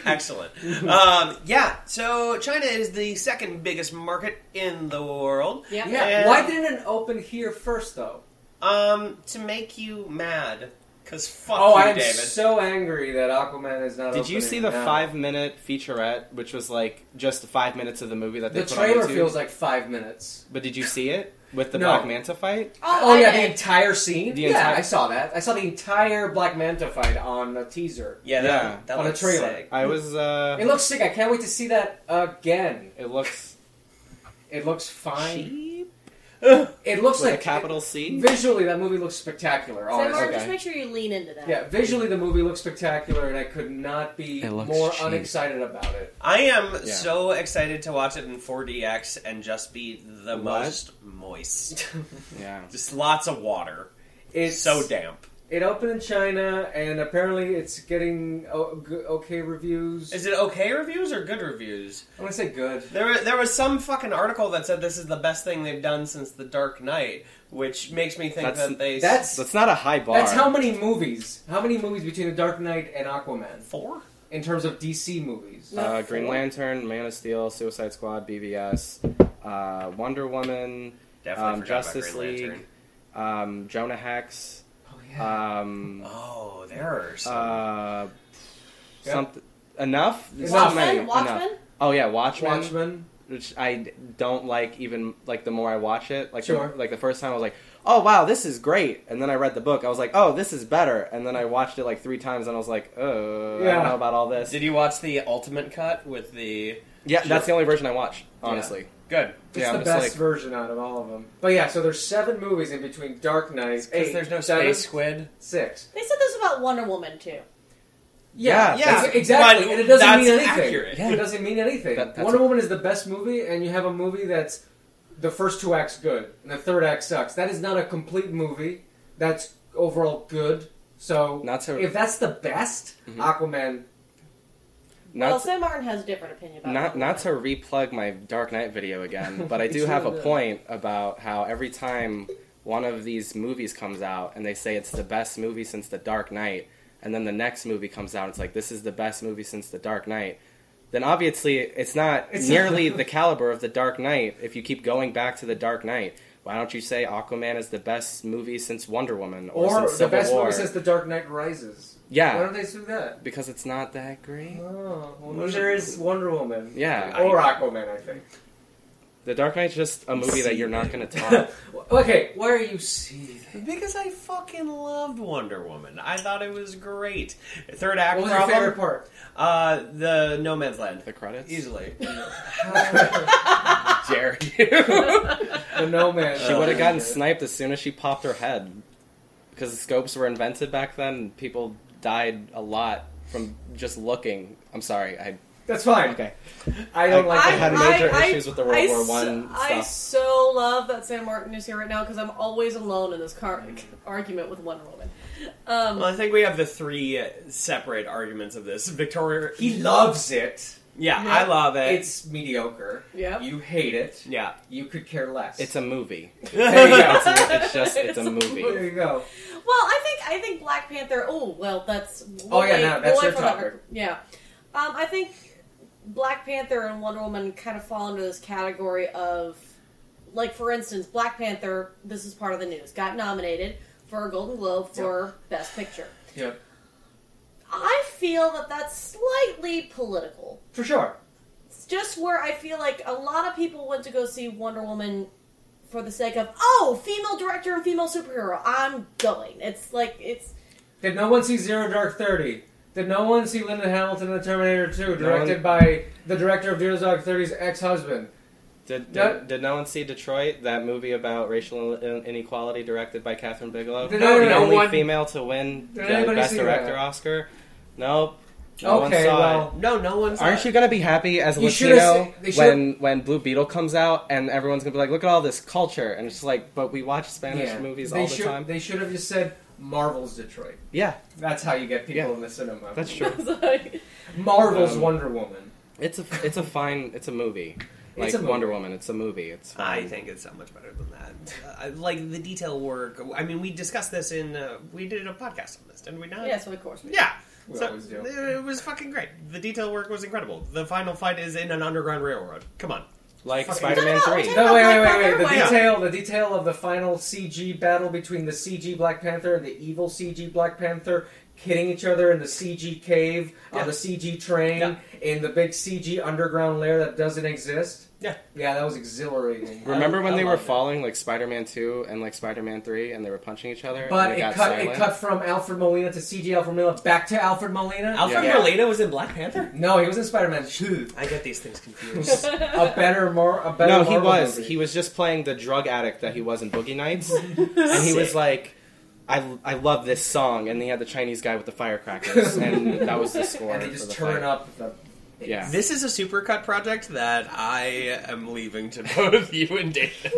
Speaker 3: Excellent. Um, yeah, so China is the second biggest market in the world.
Speaker 1: Yep.
Speaker 2: yeah.
Speaker 3: And-
Speaker 2: Why didn't it open here first, though?
Speaker 3: Um, to make you mad, cause fuck
Speaker 2: Oh,
Speaker 3: you,
Speaker 2: I'm
Speaker 3: David.
Speaker 2: so angry that Aquaman is not.
Speaker 4: Did you
Speaker 2: opening
Speaker 4: see the
Speaker 2: now.
Speaker 4: five minute featurette, which was like just five minutes of the movie that they
Speaker 2: The
Speaker 4: put
Speaker 2: trailer
Speaker 4: on YouTube?
Speaker 2: feels like five minutes.
Speaker 4: But did you see it with the
Speaker 2: No.
Speaker 4: Black Manta fight?
Speaker 2: Oh,
Speaker 1: I
Speaker 2: yeah,
Speaker 1: did.
Speaker 2: the entire scene.
Speaker 4: The
Speaker 2: yeah,
Speaker 4: entire-
Speaker 2: I saw that. I saw the entire Black Manta fight on a teaser.
Speaker 3: yeah, that,
Speaker 4: Yeah,
Speaker 3: that
Speaker 2: on a
Speaker 3: looks
Speaker 2: trailer.
Speaker 3: sick.
Speaker 4: I was. uh...
Speaker 2: Mm. It looks sick. I can't wait to see that again.
Speaker 4: It looks
Speaker 2: It looks fine.
Speaker 4: cheap
Speaker 2: It looks
Speaker 4: with
Speaker 2: like
Speaker 4: a capital E? C.
Speaker 2: Visually, that movie looks spectacular.
Speaker 1: So,
Speaker 2: Honestly,
Speaker 1: Mark,
Speaker 4: oh, okay.
Speaker 1: just make sure you lean into that.
Speaker 2: yeah. Visually, the movie looks spectacular, and I could not be
Speaker 4: It looks
Speaker 2: more
Speaker 4: cheap.
Speaker 2: unexcited about it.
Speaker 3: I am
Speaker 4: Yeah.
Speaker 3: so excited to watch it in 4DX and just be the
Speaker 4: What?
Speaker 3: most moist.
Speaker 4: Yeah.
Speaker 3: just lots of water.
Speaker 2: It's
Speaker 3: so damp.
Speaker 2: It opened in China, and apparently it's getting o- g- okay reviews.
Speaker 3: Is it okay reviews or good reviews?
Speaker 2: I want to say good.
Speaker 3: There, there was some fucking article that said this is the best thing they've done since The Dark Knight, which makes me think
Speaker 4: That's-
Speaker 3: that they
Speaker 2: that's-
Speaker 4: That's not a high bar.
Speaker 2: That's how many movies. How many movies between The Dark Knight and Aquaman
Speaker 3: four.
Speaker 2: in terms of DC movies?
Speaker 1: No.
Speaker 4: Uh, Green Lantern, Man of Steel, Suicide Squad, BVS, uh, Wonder Woman,
Speaker 3: Definitely
Speaker 4: Um,
Speaker 3: forgot about
Speaker 4: Justice
Speaker 3: Green
Speaker 4: League.
Speaker 3: Lantern.
Speaker 4: um, Jonah Hex,
Speaker 2: Oh yeah.
Speaker 4: um,
Speaker 3: Oh, there are some.
Speaker 4: uh,
Speaker 2: Yeah.
Speaker 4: something enough.
Speaker 2: Enough.
Speaker 4: So many.
Speaker 1: Watchmen. Watchmen.
Speaker 4: Enough. Oh yeah, Watchmen,
Speaker 2: Watchmen.
Speaker 4: which I don't like. Even like the more I watch it, like
Speaker 2: Sure.
Speaker 4: the, like the first time I was like, oh wow, this is great, and then I read the book, I was like, oh this is better, and then I watched it like three times, and I was like, oh, I
Speaker 2: Yeah.
Speaker 4: don't know about all this.
Speaker 3: Did you watch the ultimate cut with the
Speaker 4: Yeah,
Speaker 3: Sure.
Speaker 4: that's the only version I watched, honestly.
Speaker 3: good?
Speaker 2: It's
Speaker 4: Yeah,
Speaker 2: the
Speaker 4: I'm just
Speaker 2: best
Speaker 4: like-
Speaker 2: version out of all of them. But yeah, so there's seven movies in between Dark Knight.
Speaker 3: Because
Speaker 2: Eight,
Speaker 3: there's no
Speaker 2: seven,
Speaker 3: space squid.
Speaker 2: Six.
Speaker 1: They said this about Wonder Woman too.
Speaker 4: Yeah,
Speaker 2: Yeah,
Speaker 3: that's-
Speaker 2: exactly.
Speaker 3: but
Speaker 2: And it doesn't
Speaker 3: that's
Speaker 2: mean anything.
Speaker 3: accurate.
Speaker 2: It doesn't mean anything.
Speaker 4: That- that's
Speaker 2: Wonder
Speaker 4: a-
Speaker 2: Woman is the best movie, and you have a movie that's the first two acts good, and the third act sucks. That is not a complete movie. That's overall good. So
Speaker 4: Not so-
Speaker 2: if that's the best,
Speaker 4: Mhm.
Speaker 2: Aquaman.
Speaker 1: well,
Speaker 4: Not
Speaker 1: Sam Martin has a different opinion about
Speaker 4: not
Speaker 1: Wonder
Speaker 4: not to
Speaker 1: Woman.
Speaker 4: replug my Dark Knight video again, but I
Speaker 2: He
Speaker 4: do have
Speaker 2: sure
Speaker 4: a
Speaker 2: does.
Speaker 4: point about how every time one of these movies comes out and they say it's the best movie since The Dark Knight, and then the next movie comes out, it's like this is the best movie since The Dark Knight. Then obviously it's not
Speaker 2: It's-
Speaker 4: nearly the caliber of The Dark Knight. If you keep going back to The Dark Knight, why don't you say Aquaman is the best movie since Wonder Woman or,
Speaker 2: Or
Speaker 4: since
Speaker 2: the
Speaker 4: Civil
Speaker 2: best
Speaker 4: War?
Speaker 2: movie since The Dark Knight Rises.
Speaker 4: yeah,
Speaker 2: Why don't they do that?
Speaker 4: because it's not that great.
Speaker 2: Oh, well, neither is Wonder Woman.
Speaker 4: Yeah.
Speaker 2: Or Aquaman, I think.
Speaker 4: The Dark Knight's just a movie that you're not going to top.
Speaker 2: okay, why are you seething?
Speaker 3: Because I fucking loved Wonder Woman. I thought it was great. Third act
Speaker 2: What was your
Speaker 3: problem.
Speaker 2: favorite part?
Speaker 3: Uh, the No Man's Land.
Speaker 4: the credits.
Speaker 3: Easily,
Speaker 4: Jerry.
Speaker 2: the No Man.
Speaker 4: she would have gotten sniped as soon as she popped her head. Because scopes were invented back then, and people died a lot from just looking. I'm sorry. I
Speaker 2: That's fine.
Speaker 4: okay.
Speaker 2: I don't
Speaker 4: I-
Speaker 2: like
Speaker 4: I
Speaker 2: that.
Speaker 4: had major issues with the World
Speaker 1: so-
Speaker 4: War One
Speaker 1: I
Speaker 4: stuff.
Speaker 1: so love that Sam Martin is here right now because I'm always alone in this car- argument with Wonder Woman. Um,
Speaker 3: well, I think we have the three uh, separate arguments of this. Victoria,
Speaker 2: He loves it.
Speaker 3: Yeah,
Speaker 1: No,
Speaker 3: I love
Speaker 4: Uh,
Speaker 3: it.
Speaker 2: It's mediocre.
Speaker 1: Yep.
Speaker 2: You hate it.
Speaker 3: yeah.
Speaker 2: You could care less.
Speaker 4: It's a movie.
Speaker 2: There you go.
Speaker 4: It's, a- it's just it's,
Speaker 1: It's
Speaker 4: a
Speaker 1: a
Speaker 4: movie.
Speaker 2: There you go.
Speaker 1: Well, I think I think Black Panther. Oh, well, that's
Speaker 2: Oh,
Speaker 1: we'll
Speaker 2: yeah,
Speaker 1: wait-
Speaker 2: no, that's
Speaker 1: we'll wait
Speaker 2: your
Speaker 1: for that
Speaker 2: topic.
Speaker 1: rec- Yeah, um, I think Black Panther and Wonder Woman kind of fall into this category of, like, for instance, Black Panther. This is part of the news. Got nominated for a Golden Globe for Best Picture.
Speaker 2: Yeah.
Speaker 1: I feel that that's slightly political.
Speaker 2: For sure.
Speaker 1: It's just where I feel like a lot of people went to go see Wonder Woman for the sake of oh, female director and female superhero. I'm going. It's like it's
Speaker 2: Did no one see Zero Dark Thirty? Did no one see Linda Hamilton in Terminator 2, directed
Speaker 4: one-
Speaker 2: by the director of Zero Dark 30's ex-husband?
Speaker 4: Did, did,
Speaker 2: No.
Speaker 4: did no one see Detroit? That movie about racial in- inequality, directed by Catherine Bigelow,
Speaker 2: Did
Speaker 4: the
Speaker 2: anybody- no
Speaker 4: only
Speaker 2: one-
Speaker 4: female to win
Speaker 2: Did
Speaker 4: the
Speaker 2: anybody
Speaker 4: Best
Speaker 2: see
Speaker 4: Director
Speaker 2: that?
Speaker 4: Oscar. Nope.
Speaker 2: Okay,
Speaker 4: No one saw it.
Speaker 2: well,
Speaker 3: No, no one's.
Speaker 4: Aren't you gonna be happy as a
Speaker 2: You should've
Speaker 4: Latino
Speaker 2: sa- they should've-
Speaker 4: when when Blue Beetle comes out and everyone's gonna be like, look at all this culture, and it's just like, but we watch Spanish
Speaker 2: yeah.
Speaker 4: movies
Speaker 2: they
Speaker 4: all the
Speaker 2: should,
Speaker 4: time.
Speaker 2: They should have just said Marvel's Detroit.
Speaker 4: Yeah,
Speaker 2: That's how you get people
Speaker 4: Yeah.
Speaker 2: in the cinema.
Speaker 4: that's true.
Speaker 2: Marvel's
Speaker 4: Um,
Speaker 2: Wonder Woman.
Speaker 4: it's a it's a fine it's a movie. Like
Speaker 2: It's a movie.
Speaker 4: Wonder Woman, it's a movie. It's
Speaker 3: I
Speaker 4: fine.
Speaker 3: think it's so much better than that. Uh, like the detail work. I mean, we discussed this in. Uh, we did a podcast on this, didn't we? Not.
Speaker 1: Yes, of course.
Speaker 3: Yeah.
Speaker 2: We
Speaker 3: so uh,
Speaker 2: always do.
Speaker 3: it was fucking great. The detail work was incredible. The final fight is in an underground railroad. Come on.
Speaker 4: like
Speaker 2: Fucking-
Speaker 4: Spider
Speaker 1: No,
Speaker 4: Man
Speaker 1: no, no,
Speaker 4: Three.
Speaker 1: it's-
Speaker 2: No, wait, wait,
Speaker 1: Black
Speaker 2: wait, wait. The
Speaker 1: Panther, why-
Speaker 2: detail, the detail of the final CG battle between the CG Black Panther and the evil CG Black Panther, hitting each other in the CG cave
Speaker 3: Yeah.
Speaker 2: on the CG train
Speaker 3: Yeah.
Speaker 2: in the big CG underground lair that doesn't exist.
Speaker 3: Yeah.
Speaker 2: yeah, that was exhilarating.
Speaker 4: Remember
Speaker 2: I-
Speaker 4: when
Speaker 2: I
Speaker 4: they were
Speaker 2: loved it.
Speaker 4: falling like Spider Man Two and like Spider Man Three, and they were punching each other?
Speaker 2: But
Speaker 4: and
Speaker 2: it
Speaker 4: got
Speaker 2: cut.
Speaker 4: silent?
Speaker 2: It cut from Alfred Molina to CG Alfred Molina back to Alfred Molina.
Speaker 3: Alfred
Speaker 4: Yeah.
Speaker 3: Molina was in Black Panther.
Speaker 2: no, he was in Spider Man Two.
Speaker 3: I get these things confused.
Speaker 2: a better, more a better.
Speaker 4: No, he
Speaker 2: Marvel
Speaker 4: was.
Speaker 2: movie.
Speaker 4: He was just playing the drug addict that he was in Boogie Nights, and he was
Speaker 3: Sick.
Speaker 4: like, "I I love this song," and he had the Chinese guy with the firecrackers, and that was the score.
Speaker 2: And they
Speaker 4: for
Speaker 2: just
Speaker 4: the
Speaker 2: turn
Speaker 4: fight.
Speaker 2: up the.
Speaker 4: Yeah.
Speaker 3: This is a supercut project that I am leaving to both you and David.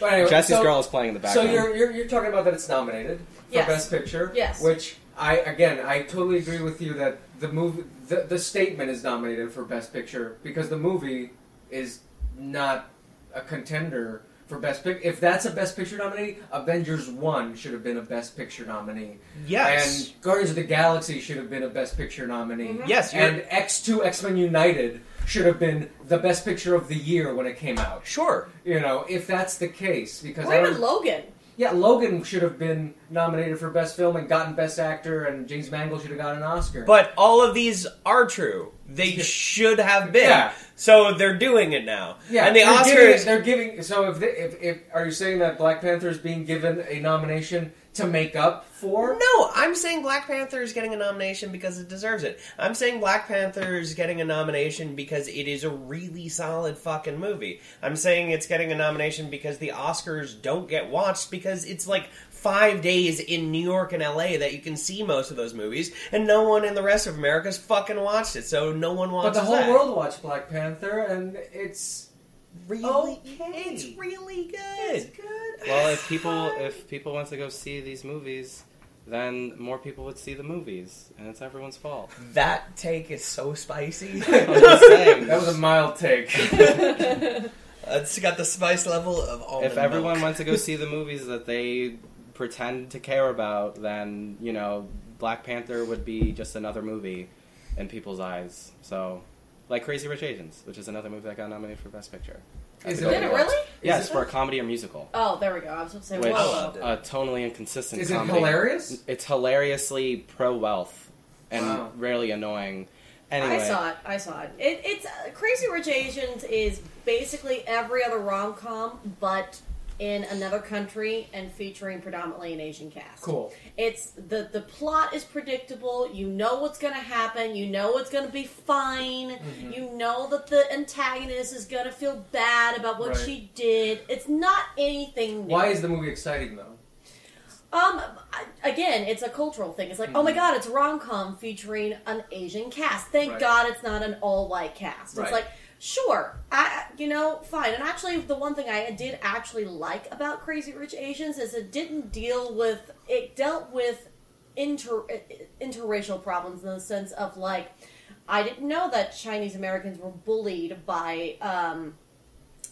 Speaker 2: But anyway,
Speaker 4: Jesse's
Speaker 2: so-
Speaker 4: girl is playing in the
Speaker 2: So
Speaker 4: background.
Speaker 2: you're, you're you're talking about that it's nominated for
Speaker 1: Yes.
Speaker 2: best picture.
Speaker 1: Yes.
Speaker 2: Which I again I totally agree with you that the movie the, the statement is nominated for best picture because the movie is not a contender for best pic. If that's a best picture nominee, Avengers One should have been a best picture nominee.
Speaker 3: Yes.
Speaker 2: And Guardians of the Galaxy should have been a best picture nominee.
Speaker 1: Mm-hmm.
Speaker 3: Yes, you're-
Speaker 2: And X Two X Men United should have been the best picture of the year when it came out.
Speaker 3: sure.
Speaker 2: You know, if that's the case, because I
Speaker 1: Where
Speaker 2: don't-
Speaker 1: would Logan?
Speaker 2: yeah, Logan should have been nominated for Best Film and gotten Best Actor, and James Mangold should have gotten an Oscar.
Speaker 3: But all of these are true. They
Speaker 2: Yeah.
Speaker 3: should have been.
Speaker 2: Yeah.
Speaker 3: So they're doing it now.
Speaker 2: yeah,
Speaker 3: And the
Speaker 2: they're
Speaker 3: Oscars.
Speaker 2: giving, they're giving. So if, they, if if are you saying that Black Panther is being given a nomination to make up for?
Speaker 3: No, I'm saying Black Panther is getting a nomination because it deserves it. I'm saying Black Panther is getting a nomination because it is a really solid fucking movie. I'm saying it's getting a nomination because the Oscars don't get watched because it's like five days in New York and LA that you can see most of those movies, and no one in the rest of America's fucking watched it, so no one
Speaker 2: but
Speaker 3: watches
Speaker 2: the whole
Speaker 3: that.
Speaker 2: world watched Black Panther, and it's
Speaker 3: really,
Speaker 2: Okay.
Speaker 3: it's really good.
Speaker 2: good.
Speaker 4: well, if people if people want to go see these movies, then more people would see the movies, and it's everyone's fault.
Speaker 3: That take is so spicy.
Speaker 4: I'm just saying.
Speaker 2: That was a mild take.
Speaker 3: it's got the spice level of all.
Speaker 4: if everyone went to go see the movies that they pretend to care about, then you know Black Panther would be just another movie in people's eyes. So, like Crazy Rich Asians, which is another movie that got nominated for Best Picture.
Speaker 2: Is
Speaker 4: At the
Speaker 1: Did
Speaker 2: it-
Speaker 4: Golden
Speaker 1: it
Speaker 4: Globes.
Speaker 1: really?
Speaker 4: Yes,
Speaker 2: Is it-
Speaker 4: for a comedy or musical,
Speaker 1: Oh, there we go. I was going to say,
Speaker 4: which
Speaker 1: whoa.
Speaker 3: Wow.
Speaker 4: a totally inconsistent.
Speaker 2: Is it
Speaker 4: comedy.
Speaker 2: hilarious?
Speaker 4: It's hilariously pro wealth and
Speaker 2: Wow.
Speaker 4: really annoying. Anyway,
Speaker 1: I saw it. I saw it. it it's uh, Crazy Rich Asians is basically every other rom com, but in another country and featuring predominantly an Asian cast.
Speaker 2: Cool.
Speaker 1: It's the the plot is predictable. You know what's going to happen. You know it's going to be fine.
Speaker 2: Mm-hmm.
Speaker 1: You know that the antagonist is going to feel bad about what
Speaker 2: Right.
Speaker 1: she did. It's not anything new.
Speaker 2: Why is the movie exciting though?
Speaker 1: Um, I- again, it's a cultural thing. It's like, oh my god, it's a rom com featuring an Asian cast. Thank
Speaker 2: Right.
Speaker 1: God it's not an all white cast.
Speaker 2: Right.
Speaker 1: It's like, sure, I, you know, fine. And actually, the one thing I did actually like about Crazy Rich Asians is it didn't deal with. It dealt with inter interracial problems in the sense of like I didn't know that Chinese Americans were bullied by um,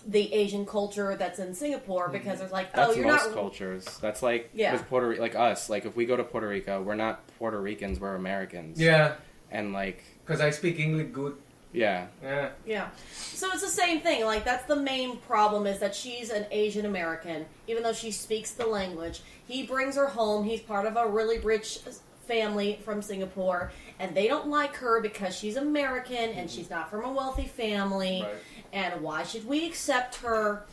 Speaker 1: the Asian culture that's in Singapore because there's like,
Speaker 4: That's
Speaker 1: oh, you're
Speaker 4: most
Speaker 1: not.
Speaker 4: cultures. That's like
Speaker 1: Yeah.
Speaker 4: with Puerto Ri- like us. Like if we go to Puerto Rico, we're not Puerto Ricans, we're Americans.
Speaker 2: Yeah,
Speaker 4: And like
Speaker 2: because I speak English good.
Speaker 4: yeah.
Speaker 2: Yeah.
Speaker 1: Yeah. So it's the same thing. Like that's the main problem is that she's an Asian American, even though she speaks the language. He brings her home. He's part of a really rich family from Singapore, and they don't like her because she's American and she's not from a wealthy family.
Speaker 2: Right.
Speaker 1: And why should we accept her?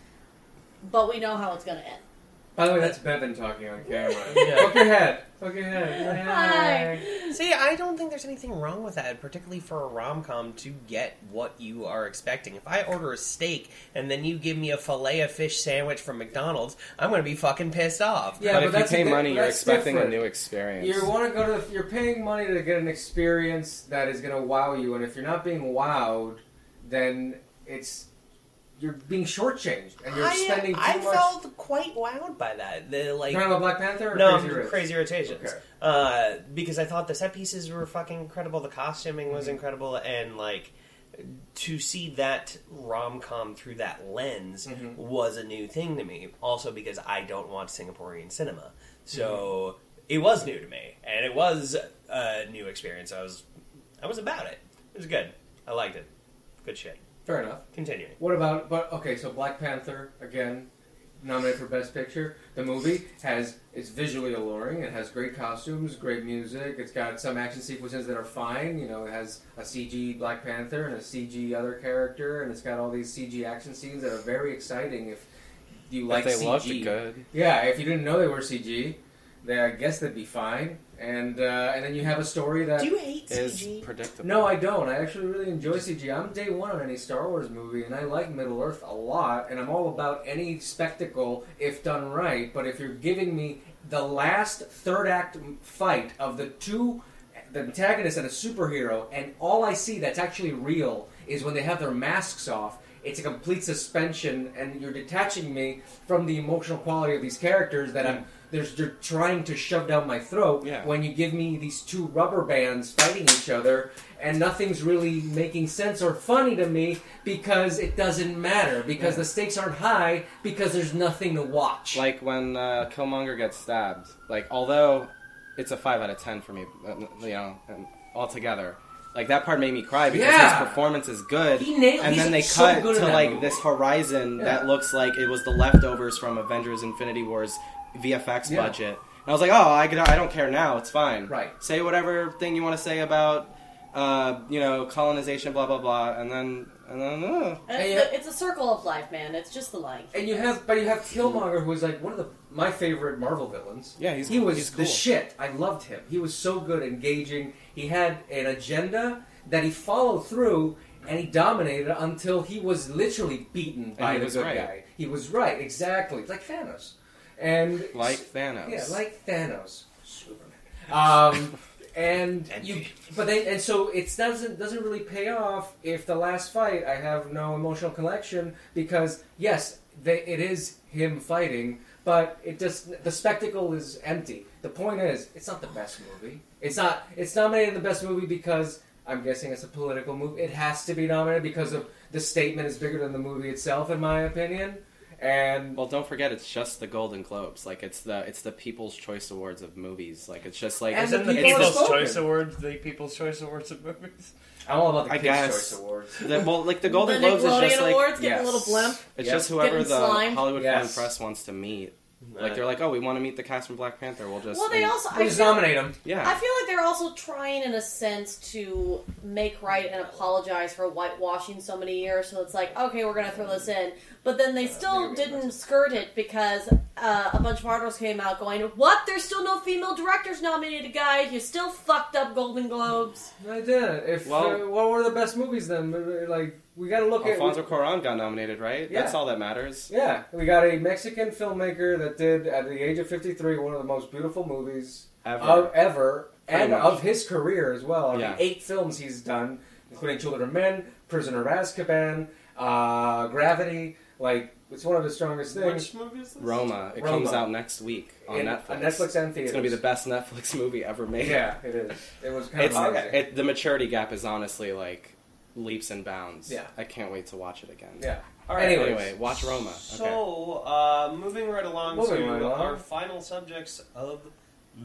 Speaker 1: But we know how it's going to end.
Speaker 2: By the way, that's Bevan talking on camera.
Speaker 3: Yeah.
Speaker 2: Fuck your head. Fuck your head.
Speaker 1: Hi.
Speaker 3: See, I don't think there's anything wrong with that, particularly for a rom com to get what you are expecting. If I order a steak and then you give me a filet of fish sandwich from McDonald's, I'm going to be fucking pissed off.
Speaker 2: Yeah,
Speaker 4: but,
Speaker 2: that's
Speaker 4: if you pay
Speaker 2: di-
Speaker 4: money, you're
Speaker 2: that's
Speaker 4: expecting
Speaker 2: different.
Speaker 4: a new experience.
Speaker 2: You want to go to the, you're paying money to get an experience that is going to wow you, and if you're not being wowed, then it's you're being shortchanged and you're
Speaker 3: I, uh,
Speaker 2: spending too
Speaker 3: I
Speaker 2: much.
Speaker 3: felt quite wowed by that. The like
Speaker 2: Talking about Black Panther? Or
Speaker 3: no
Speaker 2: Crazy
Speaker 3: crazy,
Speaker 2: Rich?
Speaker 3: rotations
Speaker 2: Okay.
Speaker 3: uh, because I thought the set pieces were fucking incredible. The costuming was incredible, and like to see that rom com through that lens was a new thing to me. Also because I don't watch Singaporean cinema, so it was new to me, and it was a new experience. I was I was about it. It was good. I liked it. Good shit.
Speaker 2: Fair enough.
Speaker 3: Continuing.
Speaker 2: What about but okay? So Black Panther again, nominated for Best Picture. The movie has it's visually alluring. It has great costumes, great music. It's got some action sequences that are fine. You know, it has a CG Black Panther and a CG other character, and it's got all these CG action scenes that are very exciting. If you
Speaker 4: if
Speaker 2: like
Speaker 4: they
Speaker 2: CG,
Speaker 4: looked good.
Speaker 2: yeah, if you didn't know they were CG, then I guess they'd be fine. And uh, and then you have a story that
Speaker 3: Do you hate
Speaker 4: Is
Speaker 3: CG?
Speaker 4: predictable.
Speaker 2: no, I don't. I actually really enjoy CG. I'm day one on any Star Wars movie, and I like Middle Earth a lot, and I'm all about any spectacle if done right. But if you're giving me the last third act m- fight of the two, the antagonist and a superhero, and all I see that's actually real is when they have their masks off. It's a complete suspension, and you're detaching me from the emotional quality of these characters that I'm. There's, you're trying to shove down my throat
Speaker 4: Yeah.
Speaker 2: when you give me these two rubber bands fighting each other and nothing's really making sense or funny to me because it doesn't matter because the stakes aren't high because there's nothing to watch
Speaker 4: Like when uh, Killmonger gets stabbed. Like although it's a five out of ten for me, uh, you know, um, altogether. Like that part made me cry because
Speaker 2: Yeah.
Speaker 4: his performance is good,
Speaker 2: He nailed-
Speaker 4: and
Speaker 2: he's
Speaker 4: then they
Speaker 2: so
Speaker 4: cut
Speaker 2: good in
Speaker 4: to
Speaker 2: that
Speaker 4: like
Speaker 2: movie.
Speaker 4: this horizon
Speaker 2: Yeah.
Speaker 4: that looks like it was the leftovers from Avengers: Infinity War's VFX
Speaker 2: Yeah.
Speaker 4: budget. And I was like, oh, I, could- I don't care now. It's fine.
Speaker 2: Right.
Speaker 4: Say whatever thing you want to say about, uh, you know, colonization, blah blah blah, and then and then. Uh,
Speaker 1: And
Speaker 2: Hey,
Speaker 1: it's,
Speaker 2: uh,
Speaker 1: the, it's a circle of life, man. It's just the life.
Speaker 2: and you have but you have Killmonger who is like one of the my favorite Marvel villains
Speaker 4: Yeah, he's-
Speaker 2: he was
Speaker 4: he's
Speaker 2: the
Speaker 4: cool.
Speaker 2: shit I loved him he was so good engaging he had an agenda that he followed through and he dominated until he was literally beaten by
Speaker 4: he
Speaker 2: the
Speaker 4: was
Speaker 2: good
Speaker 4: right.
Speaker 2: guy he was right exactly like Thanos and
Speaker 4: like Thanos.
Speaker 2: Yeah, like Thanos, Superman. Um, and
Speaker 3: And-
Speaker 2: you, but they, and so it doesn't doesn't really pay off if the last fight I have no emotional connection because yes, they, it is him fighting, but it just the spectacle is empty. The point is, it's not the best movie. It's not. It's nominated in the best movie because I'm guessing it's a political move. It has to be nominated because of the statement is bigger than the movie itself, in my opinion. And
Speaker 4: Well, don't forget, it's just the Golden Globes. Like it's the it's the People's Choice Awards of movies. Like it's just like
Speaker 2: And the
Speaker 4: it's-
Speaker 3: Isn't the
Speaker 2: people are
Speaker 4: it's
Speaker 3: People's
Speaker 2: spoken.
Speaker 3: Choice Awards the People's Choice Awards of movies?
Speaker 2: I'm all about the
Speaker 4: I
Speaker 2: Kids'
Speaker 4: guess.
Speaker 2: Choice Awards.
Speaker 4: the- well, like the Golden
Speaker 1: the
Speaker 4: Globes is just
Speaker 1: Nickelodeon
Speaker 4: like
Speaker 1: Awards get a
Speaker 4: yes.
Speaker 1: little blimp.
Speaker 4: It's
Speaker 2: Yeah.
Speaker 4: just whoever
Speaker 1: Getting
Speaker 4: the
Speaker 1: slimed.
Speaker 4: Hollywood
Speaker 2: Yes. Uh,
Speaker 4: Fan Press wants to meet. Like they're like, oh, we want to meet the cast from Black Panther. We'll just
Speaker 1: Well, they
Speaker 4: and-
Speaker 1: also
Speaker 2: We'll
Speaker 1: I
Speaker 2: just
Speaker 1: feel-
Speaker 2: nominate him.
Speaker 1: I
Speaker 4: yeah.
Speaker 1: feel like they're also trying, in a sense, to make right and apologize for whitewashing so many years. So it's like, okay, we're going to throw this in. But then they still
Speaker 2: maybe
Speaker 1: didn't skirt it because uh, a bunch of articles came out going, What? There's still no female directors nominated, guys. You still fucked up Golden Globes.
Speaker 2: I did. If
Speaker 4: Well-
Speaker 2: uh, what were the best movies then? Like we got to look
Speaker 4: Alfonso
Speaker 2: at.
Speaker 4: Cuarón got nominated, right?
Speaker 2: Yeah.
Speaker 4: That's all that matters.
Speaker 2: Yeah, we got a Mexican filmmaker that did at the age of fifty three one of the most beautiful movies
Speaker 4: Ever.
Speaker 2: of ever
Speaker 4: Pretty
Speaker 2: and
Speaker 4: much.
Speaker 2: of his career as well. I mean,
Speaker 4: Yeah.
Speaker 2: eight films he's done, including Children of Men, Prisoner of Azkaban, uh, Gravity. Like It's one of the strongest things.
Speaker 3: Which movie is this?
Speaker 4: Roma. It
Speaker 2: Roma.
Speaker 4: comes out next week on
Speaker 2: In-
Speaker 4: Netflix.
Speaker 2: on Netflix and
Speaker 4: It's gonna be the
Speaker 2: theaters.
Speaker 4: best Netflix movie ever made.
Speaker 2: Yeah, it is. It was kind
Speaker 4: It's
Speaker 2: of amazing.
Speaker 4: it, the maturity gap is honestly like leaps and bounds.
Speaker 2: Yeah.
Speaker 4: I can't wait to watch it again.
Speaker 2: Yeah.
Speaker 3: All right.
Speaker 2: Anyways.
Speaker 4: Anyway, watch Roma. okay.
Speaker 3: So, uh, moving right along
Speaker 2: Moving
Speaker 3: to
Speaker 2: right along.
Speaker 3: our final subjects of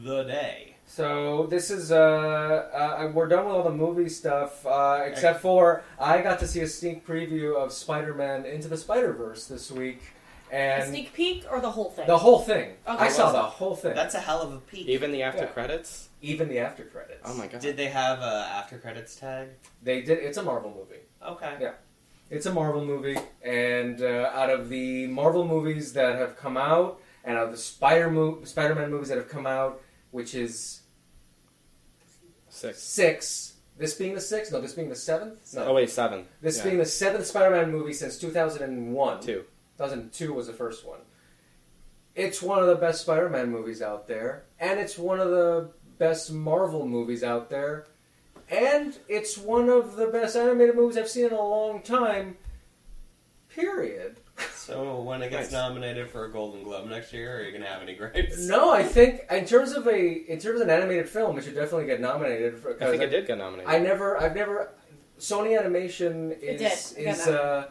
Speaker 3: the day.
Speaker 2: So this is uh, uh we're done with all the movie stuff uh, except for I got to see a sneak preview of Spider-Man Into the Spider-Verse this week
Speaker 1: A
Speaker 2: and
Speaker 1: sneak peek or the whole thing?
Speaker 2: the whole thing. I saw
Speaker 3: Awesome.
Speaker 2: the whole thing,
Speaker 3: That's a hell of a peek.
Speaker 4: Even the after
Speaker 2: Yeah.
Speaker 4: credits.
Speaker 2: even the after credits.
Speaker 4: Oh my god.
Speaker 3: Did they have a after credits tag?
Speaker 2: They did. It's a Marvel movie.
Speaker 3: Okay.
Speaker 2: Yeah. It's a Marvel movie, and uh, out of the Marvel movies that have come out, and out of the Spider mo- Spider-Man movies that have come out, which is
Speaker 4: Six.
Speaker 2: six. This being the sixth? No, this being the seventh? No.
Speaker 4: Oh wait, seven.
Speaker 2: This
Speaker 4: Yeah.
Speaker 2: being the seventh Spider-Man movie since 2001.
Speaker 4: Two.
Speaker 2: 2002 was the first one. It's one of the best Spider-Man movies out there, and it's one of the best Marvel movies out there, and it's one of the best animated movies I've seen in a long time. Period.
Speaker 3: So when it gets
Speaker 4: Nice.
Speaker 3: nominated for a Golden Globe next year, are you gonna have any gripes?
Speaker 2: No, I think in terms of a in terms of an animated film, it should definitely get nominated. For,
Speaker 4: I think
Speaker 2: I-
Speaker 4: it did get nominated.
Speaker 2: I never, I've never. Sony Animation
Speaker 1: It
Speaker 2: is
Speaker 1: did. I got
Speaker 2: is
Speaker 1: that.
Speaker 2: uh,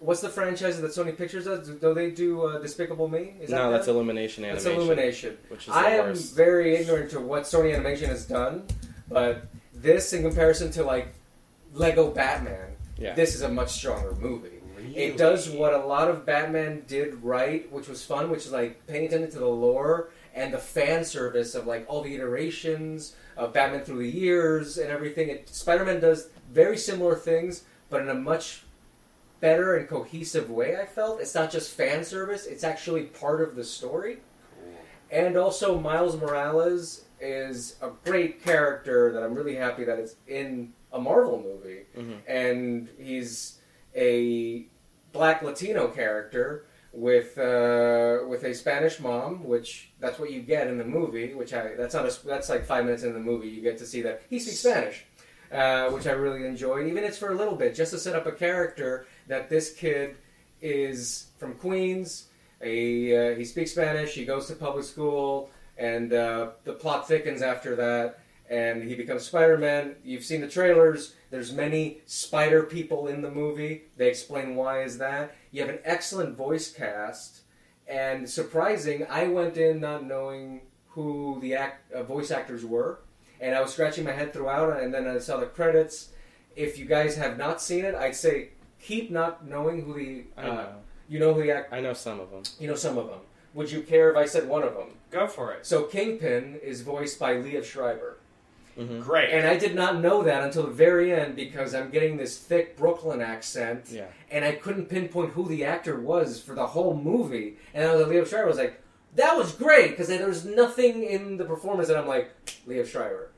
Speaker 2: what's the franchise that Sony Pictures does? Do they do uh, Despicable Me? Is
Speaker 4: no,
Speaker 2: that
Speaker 4: that's
Speaker 2: them?
Speaker 4: Illumination
Speaker 2: That's
Speaker 4: animation.
Speaker 2: Illumination.
Speaker 4: Which is
Speaker 2: I
Speaker 4: the
Speaker 2: am
Speaker 4: worst.
Speaker 2: very ignorant to what Sony Animation has done, but this in comparison to like Lego Batman,
Speaker 4: Yeah.
Speaker 2: this is a much stronger movie.
Speaker 3: Really?
Speaker 2: It does what a lot of Batman did right, which was fun, which is like paying attention to the lore and the fan service of like all the iterations of Batman through the years and everything. It, Spider-Man does very similar things, but in a much better and cohesive way. I felt it's not just fan service; it's actually part of the story. And also, Miles Morales is a great character that I'm really happy that it's in a Marvel movie. And he's a black Latino character with uh, with a Spanish mom, which that's what you get in the movie. Which I that's not a, that's like five minutes in the movie you get to see that he speaks Spanish. Uh, which I really enjoyed, even if it's for a little bit, just to set up a character that this kid is from Queens. He uh, he speaks Spanish. He goes to public school, and uh, the plot thickens after that. And he becomes Spider Man. You've seen the trailers. There's many spider people in the movie. They explain why is that. You have an excellent voice cast, and surprising. I went in not knowing who the act, uh, voice actors were, and I was scratching my head throughout. And then I saw the credits. If you guys have not seen it, I'd say keep not knowing who the
Speaker 4: I
Speaker 2: uh,
Speaker 4: know.
Speaker 2: you know who the act.
Speaker 4: I know some of them.
Speaker 2: You know some of them. Would you care if I said one of them?
Speaker 3: Go for it.
Speaker 2: So Kingpin is voiced by Leah Schreiber.
Speaker 3: Great.
Speaker 2: And I did not know that until the very end because I'm getting this thick Brooklyn accent.
Speaker 4: Yeah.
Speaker 2: And I couldn't pinpoint who the actor was for the whole movie. And I was like, Leah Schreiber was like, that was great because there was nothing in the performance that I'm like, Leah Schreiber.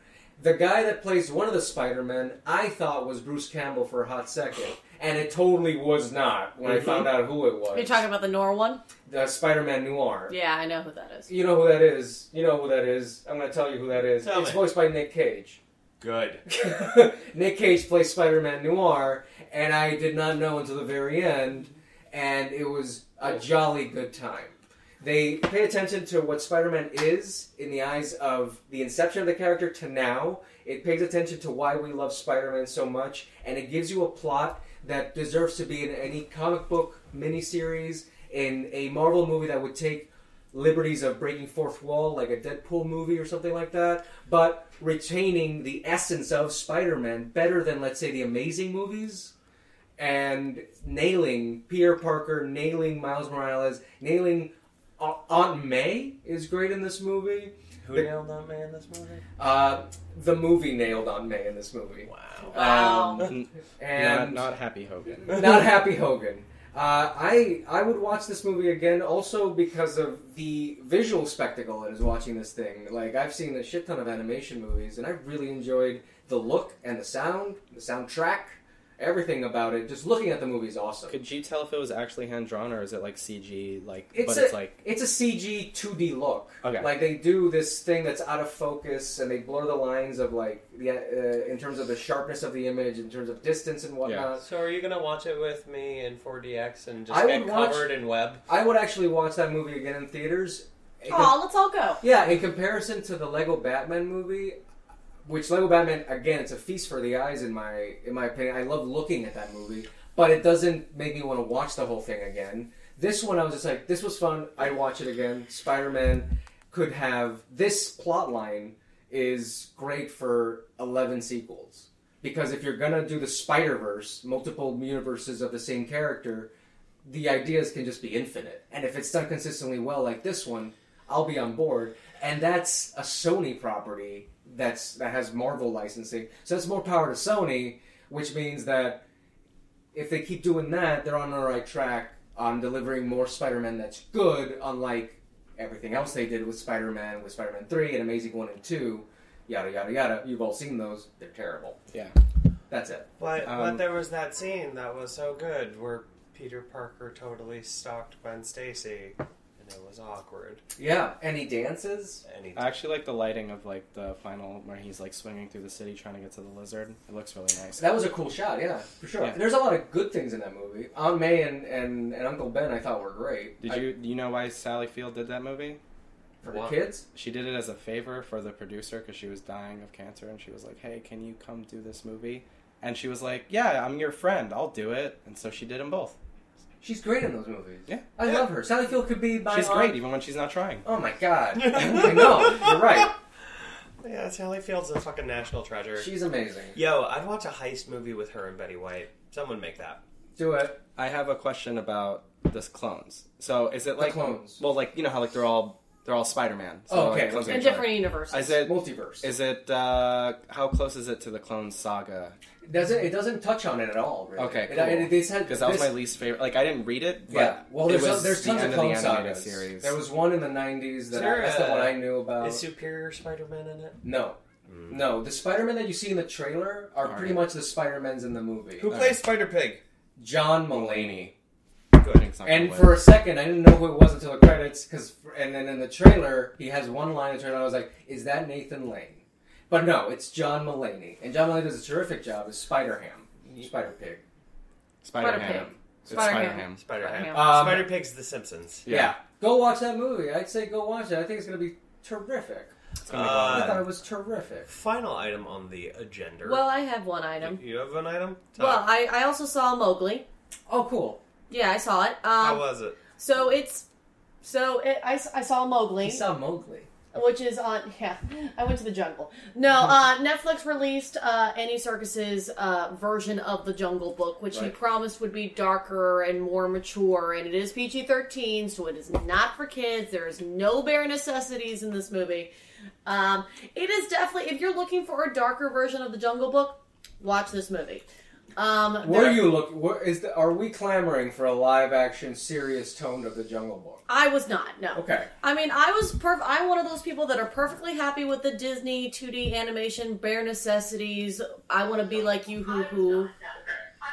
Speaker 2: The guy that plays one of the Spider-Men, I thought was Bruce Campbell for a hot second. And it totally was not when I
Speaker 4: Mhm.
Speaker 2: found out who it was.
Speaker 1: Mm-hmm. You're talking about the Nor one?
Speaker 2: the Spider-Man Noir.
Speaker 1: Yeah, I know who that is.
Speaker 2: You know who that is. You know who that is. I'm going to tell you who that is.
Speaker 3: Tell
Speaker 2: it's
Speaker 3: me.
Speaker 2: voiced by Nick Cage.
Speaker 3: Good.
Speaker 2: Nick Cage plays Spider-Man Noir, and I did not know until the very end, and it was a jolly good time. They pay attention to what Spider-Man is in the eyes of the inception of the character to now. It pays attention to why we love Spider-Man so much, and it gives you a plot that deserves to be in any comic book miniseries, in a Marvel movie that would take liberties of breaking fourth wall, like a Deadpool movie or something like that, but retaining the essence of Spider-Man better than, let's say, the Amazing movies, and nailing Peter Parker, nailing Miles Morales, nailing A- Aunt May is great in this movie.
Speaker 3: Who
Speaker 2: The-
Speaker 3: nailed that man this movie?
Speaker 2: Uh, the movie nailed Aunt May in this movie,
Speaker 3: Wow.
Speaker 2: Um,
Speaker 1: Wow.
Speaker 4: N-
Speaker 2: and
Speaker 4: not, not Happy Hogan.
Speaker 2: not Happy Hogan. Uh, I I would watch this movie again also because of the visual spectacle that is watching this thing. Like I've seen a shit ton of animation movies, and I really enjoyed the look and the sound, the soundtrack, everything about it. Just looking at the movie is awesome.
Speaker 4: Could you tell if it was actually hand drawn or is it like CG? Like,
Speaker 2: It's
Speaker 4: but
Speaker 2: a
Speaker 4: it's like
Speaker 2: it's a CG 2D look.
Speaker 4: Okay.
Speaker 2: Like they do this thing that's out of focus, and they blur the lines of like the uh, in terms of the sharpness of the image, in terms of distance and whatnot.
Speaker 3: So are you gonna watch it with me in 4DX and just
Speaker 2: I
Speaker 3: get
Speaker 2: would watch-
Speaker 3: covered in web?
Speaker 2: I would actually watch that movie again in theaters. In com-
Speaker 1: Aw, let's all go.
Speaker 2: Yeah, in comparison to the Lego Batman movie, which Lego Batman again, it's a feast for the eyes in my in my opinion. I love looking at that movie, but it doesn't make me want to watch the whole thing again. This one, I was just like, this was fun. I'd watch it again. Spider Man could have this plot line is great for eleven sequels because if you're gonna do the Spider Verse, multiple universes of the same character, the ideas can just be infinite. And if it's done consistently well, like this one, I'll be on board. And that's a Sony property that's that has Marvel licensing, so that's more power to Sony, which means that if they keep doing that, they're on the right track on delivering more Spider-Man that's good, unlike everything else they did with Spider-Man, with Spider-Man Three and Amazing One and Two, yada yada yada. You've all seen those; they're terrible.
Speaker 4: Yeah.
Speaker 2: that's it.
Speaker 3: But but
Speaker 2: Um,
Speaker 3: there was that scene that was so good where Peter Parker totally stalked Gwen Stacy, and it was awkward. Uh,
Speaker 2: Yeah, and he dances.
Speaker 3: And he
Speaker 4: I actually like the lighting of like the final where he's like swinging through the city trying to get to the lizard. It looks really nice.
Speaker 2: That was a cool shot, yeah, for sure.
Speaker 4: Yeah.
Speaker 2: There's a lot of good things in that movie. Aunt May and, and, and Uncle Ben, I thought were great.
Speaker 4: Did
Speaker 2: I-
Speaker 4: you you know why Sally Field did that movie?
Speaker 2: for the
Speaker 3: Wow.
Speaker 2: kids?
Speaker 4: She did it as a favor for the producer because she was dying of cancer, and she was like, "Hey, can you come do this movie?" And she was like, "Yeah, I'm your friend. I'll do it." And so she did them both.
Speaker 2: She's great in those movies.
Speaker 4: Yeah.
Speaker 2: I love her. Sally Field could be my.
Speaker 4: she's
Speaker 2: aunt-
Speaker 4: great, even when she's not trying.
Speaker 2: Oh my god! I know you're right.
Speaker 3: yeah, Sally Field's a fucking national treasure.
Speaker 2: She's amazing.
Speaker 3: Yo, I'd watch a heist movie with her and Betty White. Someone make that.
Speaker 2: Do it.
Speaker 4: I have a question about this clones. So is it
Speaker 2: The
Speaker 4: like
Speaker 2: clones.
Speaker 4: Well, like you know how like they're all they're all Spider Man.
Speaker 2: Oh, okay.
Speaker 4: Like, clones of
Speaker 1: In
Speaker 4: each other.
Speaker 1: different universes.
Speaker 4: Is it
Speaker 2: Multiverse.
Speaker 4: is it uh how close is it to the clone saga?
Speaker 2: It doesn't it doesn't touch on it at all? Really.
Speaker 4: Okay,
Speaker 2: It- it- they said
Speaker 4: Because that was
Speaker 2: this-
Speaker 4: my least favorite. Like I didn't read it. But
Speaker 2: Yeah. Well,
Speaker 4: it
Speaker 2: there's,
Speaker 4: was
Speaker 2: there's
Speaker 4: the
Speaker 2: tons
Speaker 4: end
Speaker 2: of
Speaker 4: of the
Speaker 2: clone
Speaker 4: animated
Speaker 2: sagas.
Speaker 4: series.
Speaker 2: There was one in the '90s that
Speaker 3: Is there
Speaker 2: I, that's the
Speaker 3: a-
Speaker 2: one I knew about.
Speaker 3: Is Superior Spider-Man in it?
Speaker 2: No. No, the Spider-Man that you see in the trailer are
Speaker 4: All
Speaker 2: pretty
Speaker 4: right.
Speaker 2: much the Spider-Mans in the movie.
Speaker 3: Who
Speaker 4: Uh,
Speaker 3: plays Spider Pig?
Speaker 2: John Mulaney.
Speaker 4: I think it's not
Speaker 2: And
Speaker 4: gonna
Speaker 2: for
Speaker 4: win.
Speaker 2: a second, I didn't know who it was until the credits. Cause, and then in the trailer, he has one line in the trailer. And I was like, "Is that Nathan Lane?" But no, it's John Mulaney. And John Mulaney does a terrific job as Spider Ham, Spider Pig.
Speaker 4: Spider
Speaker 1: Spider-Pig.
Speaker 4: Ham.
Speaker 1: Spider-Ham.
Speaker 3: Spider Ham.
Speaker 2: Um,
Speaker 3: Spider Pig's The Simpsons.
Speaker 2: Yeah. go watch that movie. I'd say go watch it. I think it's gonna be terrific.
Speaker 4: It's gonna be
Speaker 3: Uh,
Speaker 2: I thought it was terrific.
Speaker 3: Final item on the agenda.
Speaker 1: Well, I have one
Speaker 3: You-
Speaker 1: item.
Speaker 3: you have an item. Tom,
Speaker 1: Well, I, I also saw Mowgli.
Speaker 2: Oh, cool.
Speaker 1: Yeah, I saw it.
Speaker 3: how
Speaker 1: Um,
Speaker 3: was it?
Speaker 1: so it's so it, I, s- I saw Mowgli.
Speaker 2: He saw Mowgli.
Speaker 1: which is on yeah i went to the jungle no uh, netflix released uh, annie circus's uh, version of the jungle book which he
Speaker 2: Right.
Speaker 1: promised would be darker and more mature and it is pg-13 so it is not for kids there is no bare necessities in this movie um, it is definitely if you're looking for a darker version of the jungle book watch this movie um,
Speaker 2: Were
Speaker 1: there-
Speaker 2: you look? Were, is the, are we clamoring for a live action, serious tone of the Jungle Book?
Speaker 1: i was not no
Speaker 2: Okay.
Speaker 1: I mean, I was perf- I'm one of those people that are perfectly happy with the Disney 2D animation, bare necessities. I want to be like you, hoo hoo.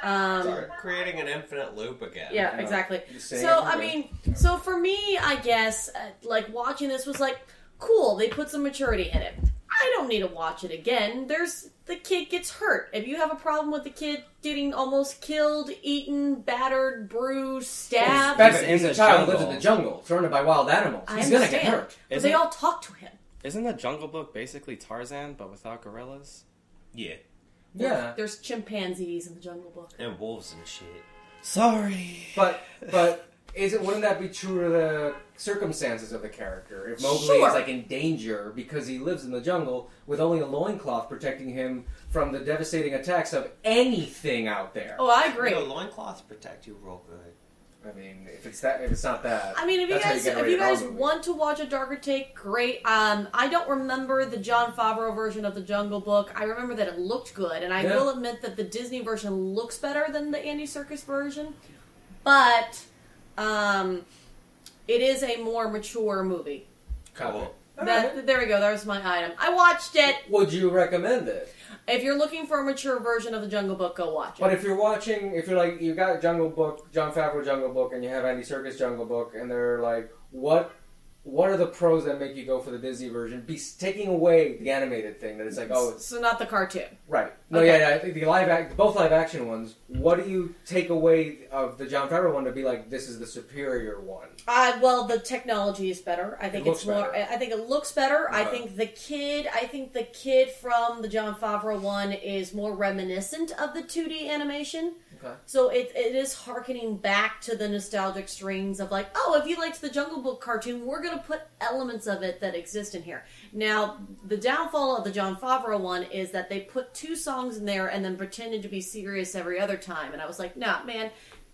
Speaker 1: Um,
Speaker 2: Sorry.
Speaker 3: Creating an infinite loop again.
Speaker 1: yeah, exactly.
Speaker 2: Just saying
Speaker 1: So I
Speaker 2: everywhere.
Speaker 1: mean, so for me, I guess uh, like watching this was like cool. They put some maturity in it. I don't need to watch it again. There's the kid gets hurt. If you have a problem with the kid getting almost killed, eaten, battered, bruised, stabbed,
Speaker 2: Bevan,
Speaker 4: in
Speaker 2: he's
Speaker 4: the
Speaker 2: a child
Speaker 4: jungle.
Speaker 2: lives in the jungle, surrounded by wild animals.
Speaker 1: I
Speaker 2: He's gonna get
Speaker 1: understand.
Speaker 2: hurt.
Speaker 1: but
Speaker 4: Isn't-
Speaker 1: they all talk to him.
Speaker 4: Isn't the Jungle Book basically Tarzan but without gorillas?
Speaker 3: Yeah.
Speaker 2: Yeah,
Speaker 1: There's chimpanzees in the Jungle Book.
Speaker 3: And wolves and shit.
Speaker 4: Sorry.
Speaker 2: but but is it? Wouldn't that be true to the circumstances of the character? If Mowgli
Speaker 1: Sure.
Speaker 2: is like in danger because he lives in the jungle with only a loincloth protecting him from the devastating attacks of anything out there.
Speaker 1: Oh, I agree.
Speaker 3: Yo, loincloths protect you real good.
Speaker 2: I mean, if it's that, if it's not that,
Speaker 1: I mean, if you
Speaker 2: that's how
Speaker 1: guys
Speaker 2: get a
Speaker 1: if you
Speaker 2: rated R
Speaker 1: guys
Speaker 2: movie.
Speaker 1: want to watch a darker take, great. Um, I don't remember the John Favreau version of the Jungle Book. I remember that it looked good, and I
Speaker 2: Yeah.
Speaker 1: will admit that the Disney version looks better than the Andy Circus version, but um, it is a more mature movie.
Speaker 2: Copy.
Speaker 3: Cool.
Speaker 1: That, there we go. That was my item. I watched it.
Speaker 2: Would you recommend it?
Speaker 1: If you're looking for a mature version of the Jungle Book, go watch
Speaker 2: But
Speaker 1: it.
Speaker 2: if you're watching, if you're like, you got Jungle Book, John Favreau Jungle Book, and you have Andy Serkis Jungle Book, and they're like, what, what are the pros that make you go for the Disney version? Be taking away the animated thing that it's like, oh, it's
Speaker 1: So not the cartoon.
Speaker 2: right. No,
Speaker 1: Okay.
Speaker 2: yeah, yeah, I think the live, act, both live action ones. What do you take away of the John Favreau one to be like, this is the superior one?
Speaker 1: Uh, well, the technology is better. I think
Speaker 2: It
Speaker 1: it's
Speaker 2: looks
Speaker 1: more.
Speaker 2: better.
Speaker 1: I think it looks better. I
Speaker 2: Yeah.
Speaker 1: think the kid. I think the kid from the John Favreau one is more reminiscent of the 2D animation.
Speaker 2: Okay.
Speaker 1: So it it is harkening back to the nostalgic strings of like, oh, if you liked the Jungle Book cartoon, we're gonna put elements of it that exist in here. Now, the downfall of the John Favreau one is that they put two songs in there and then pretended to be serious every other time, and I was like, nah, man,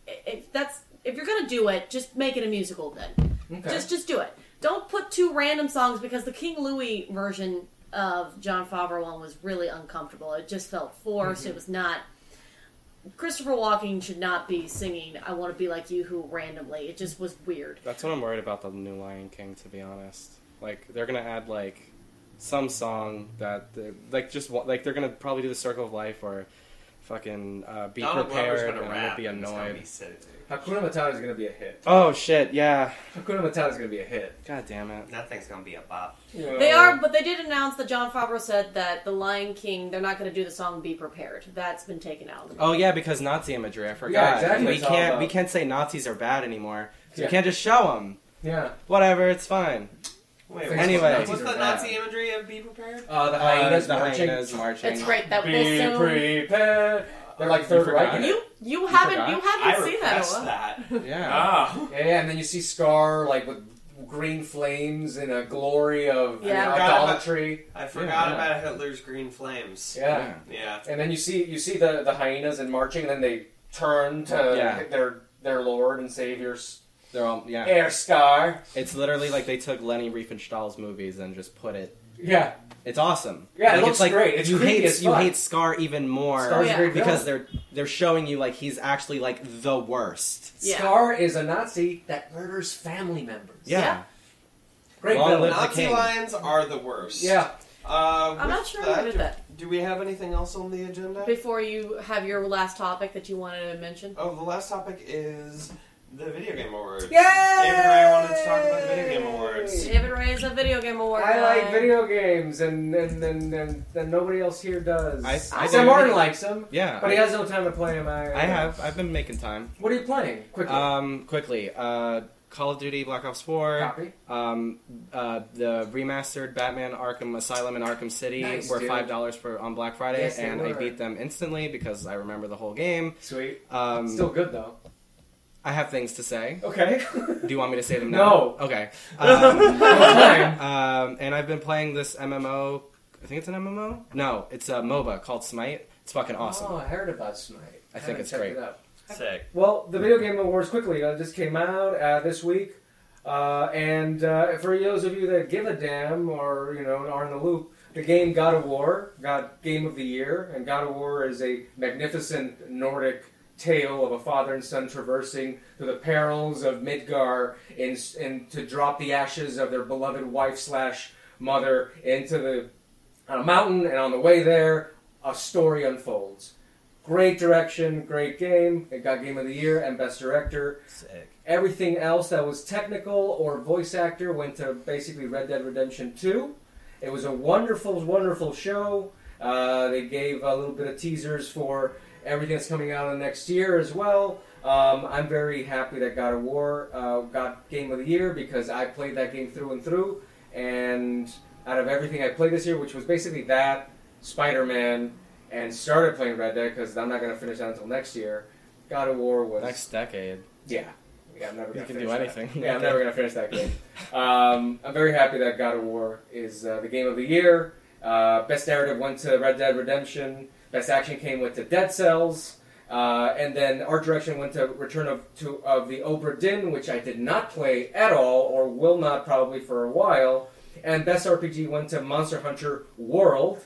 Speaker 1: i- if that's if you're gonna do it, just make it a musical then.
Speaker 2: Okay.
Speaker 1: Just just do it. Don't put two random songs because the King Louis version of John Favreau one was really uncomfortable. It just felt forced. It was not. Christopher Walking should not be singing "I Want to Be Like You" who randomly. It just was weird.
Speaker 4: That's what I'm worried about the new Lion King, to be honest. Like they're gonna add like some song that like just one- like they're gonna probably do the Circle of Life or fucking uh, be
Speaker 5: Donald Glover's
Speaker 4: prepared
Speaker 5: going
Speaker 4: and
Speaker 5: to
Speaker 4: I'm
Speaker 5: rap.
Speaker 4: gonna be
Speaker 5: and it's gonna be
Speaker 4: annoyed.
Speaker 5: silly.
Speaker 2: Hakuna Matata is going to be a hit.
Speaker 4: Oh shit! Yeah.
Speaker 2: Hakuna Matata is going to be a hit.
Speaker 4: God damn it.
Speaker 5: That thing's going to be a bop.
Speaker 1: They are, but they did announce that John Favreau said that the Lion King. They're not going to do the song "Be Prepared." That's been taken out.
Speaker 4: Oh yeah, because Nazi imagery. I forgot.
Speaker 2: exactly.
Speaker 4: And we
Speaker 2: It's all
Speaker 4: can't
Speaker 2: about-
Speaker 4: we can't say Nazis are bad anymore. 'cause
Speaker 2: Yeah.
Speaker 4: We can't just show them.
Speaker 2: Yeah.
Speaker 4: Whatever, it's fine.
Speaker 5: Wait,
Speaker 2: Things
Speaker 4: Anyway.
Speaker 5: what's the
Speaker 2: Nazis are
Speaker 5: Nazi
Speaker 2: bad.
Speaker 5: imagery of Be Prepared?
Speaker 2: Uh, the
Speaker 4: Uh,
Speaker 2: hyenas
Speaker 4: the
Speaker 2: marching.
Speaker 4: hyenas marching.
Speaker 1: It's great that will
Speaker 2: Be
Speaker 1: soon.
Speaker 2: prepared. They're like
Speaker 5: You
Speaker 2: third
Speaker 5: forgot
Speaker 2: right.
Speaker 1: You you haven't
Speaker 4: forgot?
Speaker 1: you
Speaker 5: I
Speaker 1: haven't seen that.
Speaker 5: request
Speaker 1: Ola.
Speaker 5: that.
Speaker 4: Yeah.
Speaker 5: Oh.
Speaker 2: Yeah, yeah, and then you see Scar like with green flames and a glory of
Speaker 1: Yeah.
Speaker 2: you know, idolatry.
Speaker 5: I forgot
Speaker 4: Yeah.
Speaker 5: about Hitler's green flames.
Speaker 2: Yeah.
Speaker 5: Yeah.
Speaker 2: and then you see you see the the hyenas and marching, and then they turn to
Speaker 4: Yeah.
Speaker 2: their their lord and savior, S-
Speaker 4: They're all yeah.
Speaker 2: Air Scar.
Speaker 4: It's literally like they took Lenny Riefenstahl's movies and just put it.
Speaker 2: Yeah,
Speaker 4: It's awesome.
Speaker 2: Yeah, it
Speaker 4: like,
Speaker 2: looks
Speaker 4: it's like
Speaker 2: great. It's
Speaker 4: you
Speaker 2: creepy
Speaker 4: hate
Speaker 2: as
Speaker 4: you
Speaker 2: fuck.
Speaker 4: hate Scar even more
Speaker 2: Scar's
Speaker 1: Yeah.
Speaker 2: a great
Speaker 4: because
Speaker 2: villain.
Speaker 4: they're they're showing you like he's actually like the worst.
Speaker 1: Yeah.
Speaker 2: Scar is a Nazi that murders family members.
Speaker 4: Yeah.
Speaker 1: Yeah.
Speaker 2: great
Speaker 4: Long
Speaker 2: villain.
Speaker 4: live the
Speaker 5: Nazi
Speaker 4: king.
Speaker 5: lions are the worst.
Speaker 2: Yeah,
Speaker 5: Uh,
Speaker 1: I'm not
Speaker 5: with
Speaker 1: sure I agree with
Speaker 5: do-
Speaker 1: that.
Speaker 5: Do we have anything else on the agenda?
Speaker 1: Before you have your last topic that you wanted to mention,
Speaker 5: Oh, the last topic is the video game awards.
Speaker 2: yeah.
Speaker 5: David and I wanted to talk about the video game awards.
Speaker 1: David Ray is a video game award.
Speaker 2: I like
Speaker 1: guy.
Speaker 2: video games, and and and, and, and nobody else here does.
Speaker 4: I- I
Speaker 2: Sam
Speaker 4: do.
Speaker 2: Martin likes them,
Speaker 4: Yeah.
Speaker 2: but he has no time to play them. I,
Speaker 4: I have. I've been making time.
Speaker 2: What are you playing? Quickly.
Speaker 4: Um, quickly, uh, Call of Duty Black Ops Four.
Speaker 2: Copy.
Speaker 4: Um, uh, the remastered Batman Arkham Asylum and Arkham City
Speaker 2: Nice,
Speaker 4: were
Speaker 2: dude.
Speaker 4: five dollars for on Black Friday,
Speaker 2: Yes, they
Speaker 4: and I
Speaker 2: were.
Speaker 4: beat them instantly because I remember the whole game.
Speaker 2: Sweet.
Speaker 4: Um,
Speaker 2: Still good though.
Speaker 4: I have things to say.
Speaker 2: Okay.
Speaker 4: Do you want me to say them now?
Speaker 2: No.
Speaker 4: Okay. Um,
Speaker 2: Fine.
Speaker 4: um, and I've been playing this MMO. I think it's an MMO. No, it's a MOBA called Smite. It's fucking awesome.
Speaker 2: Oh, I heard about Smite.
Speaker 4: I think
Speaker 2: haven't
Speaker 4: it's
Speaker 2: checked
Speaker 4: great.
Speaker 2: it out.
Speaker 5: Sick.
Speaker 2: Well, the video game awards quickly uh, just came out uh, this week, uh, and uh, for those of you that give a damn or you know are in the loop, the game God of War got Game of the Year, and God of War is a magnificent Nordic tale of a father and son traversing through the perils of Midgar and, and to drop the ashes of their beloved wife slash mother into the on a mountain, and on the way there, a story unfolds. Great direction, great game. It got Game of the Year and Best Director.
Speaker 5: Sick.
Speaker 2: Everything else that was technical or voice actor went to basically Red Dead Redemption 2. It was a wonderful, wonderful show. Uh, they gave a little bit of teasers for everything that's coming out in the next year as well. Um, I'm very happy that God of War uh, got Game of the Year because I played that game through and through. And out of everything I played this year, which was basically that, Spider Man, and started playing Red Dead because I'm not going to finish that until next year, God of War was.
Speaker 4: Next decade.
Speaker 2: Yeah. Yeah, I'm never
Speaker 4: You
Speaker 2: gonna
Speaker 4: can
Speaker 2: finish
Speaker 4: do
Speaker 2: that.
Speaker 4: anything.
Speaker 2: Yeah, I'm never gonna finish that game. Um, I'm very happy that God of War is uh, the game of the year. Uh, best narrative went to Red Dead Redemption. Best action came went to Dead Cells, uh, and then art direction went to Return of to of the Obra Dinn, which I did not play at all, or will not probably for a while. And best RPG went to Monster Hunter World,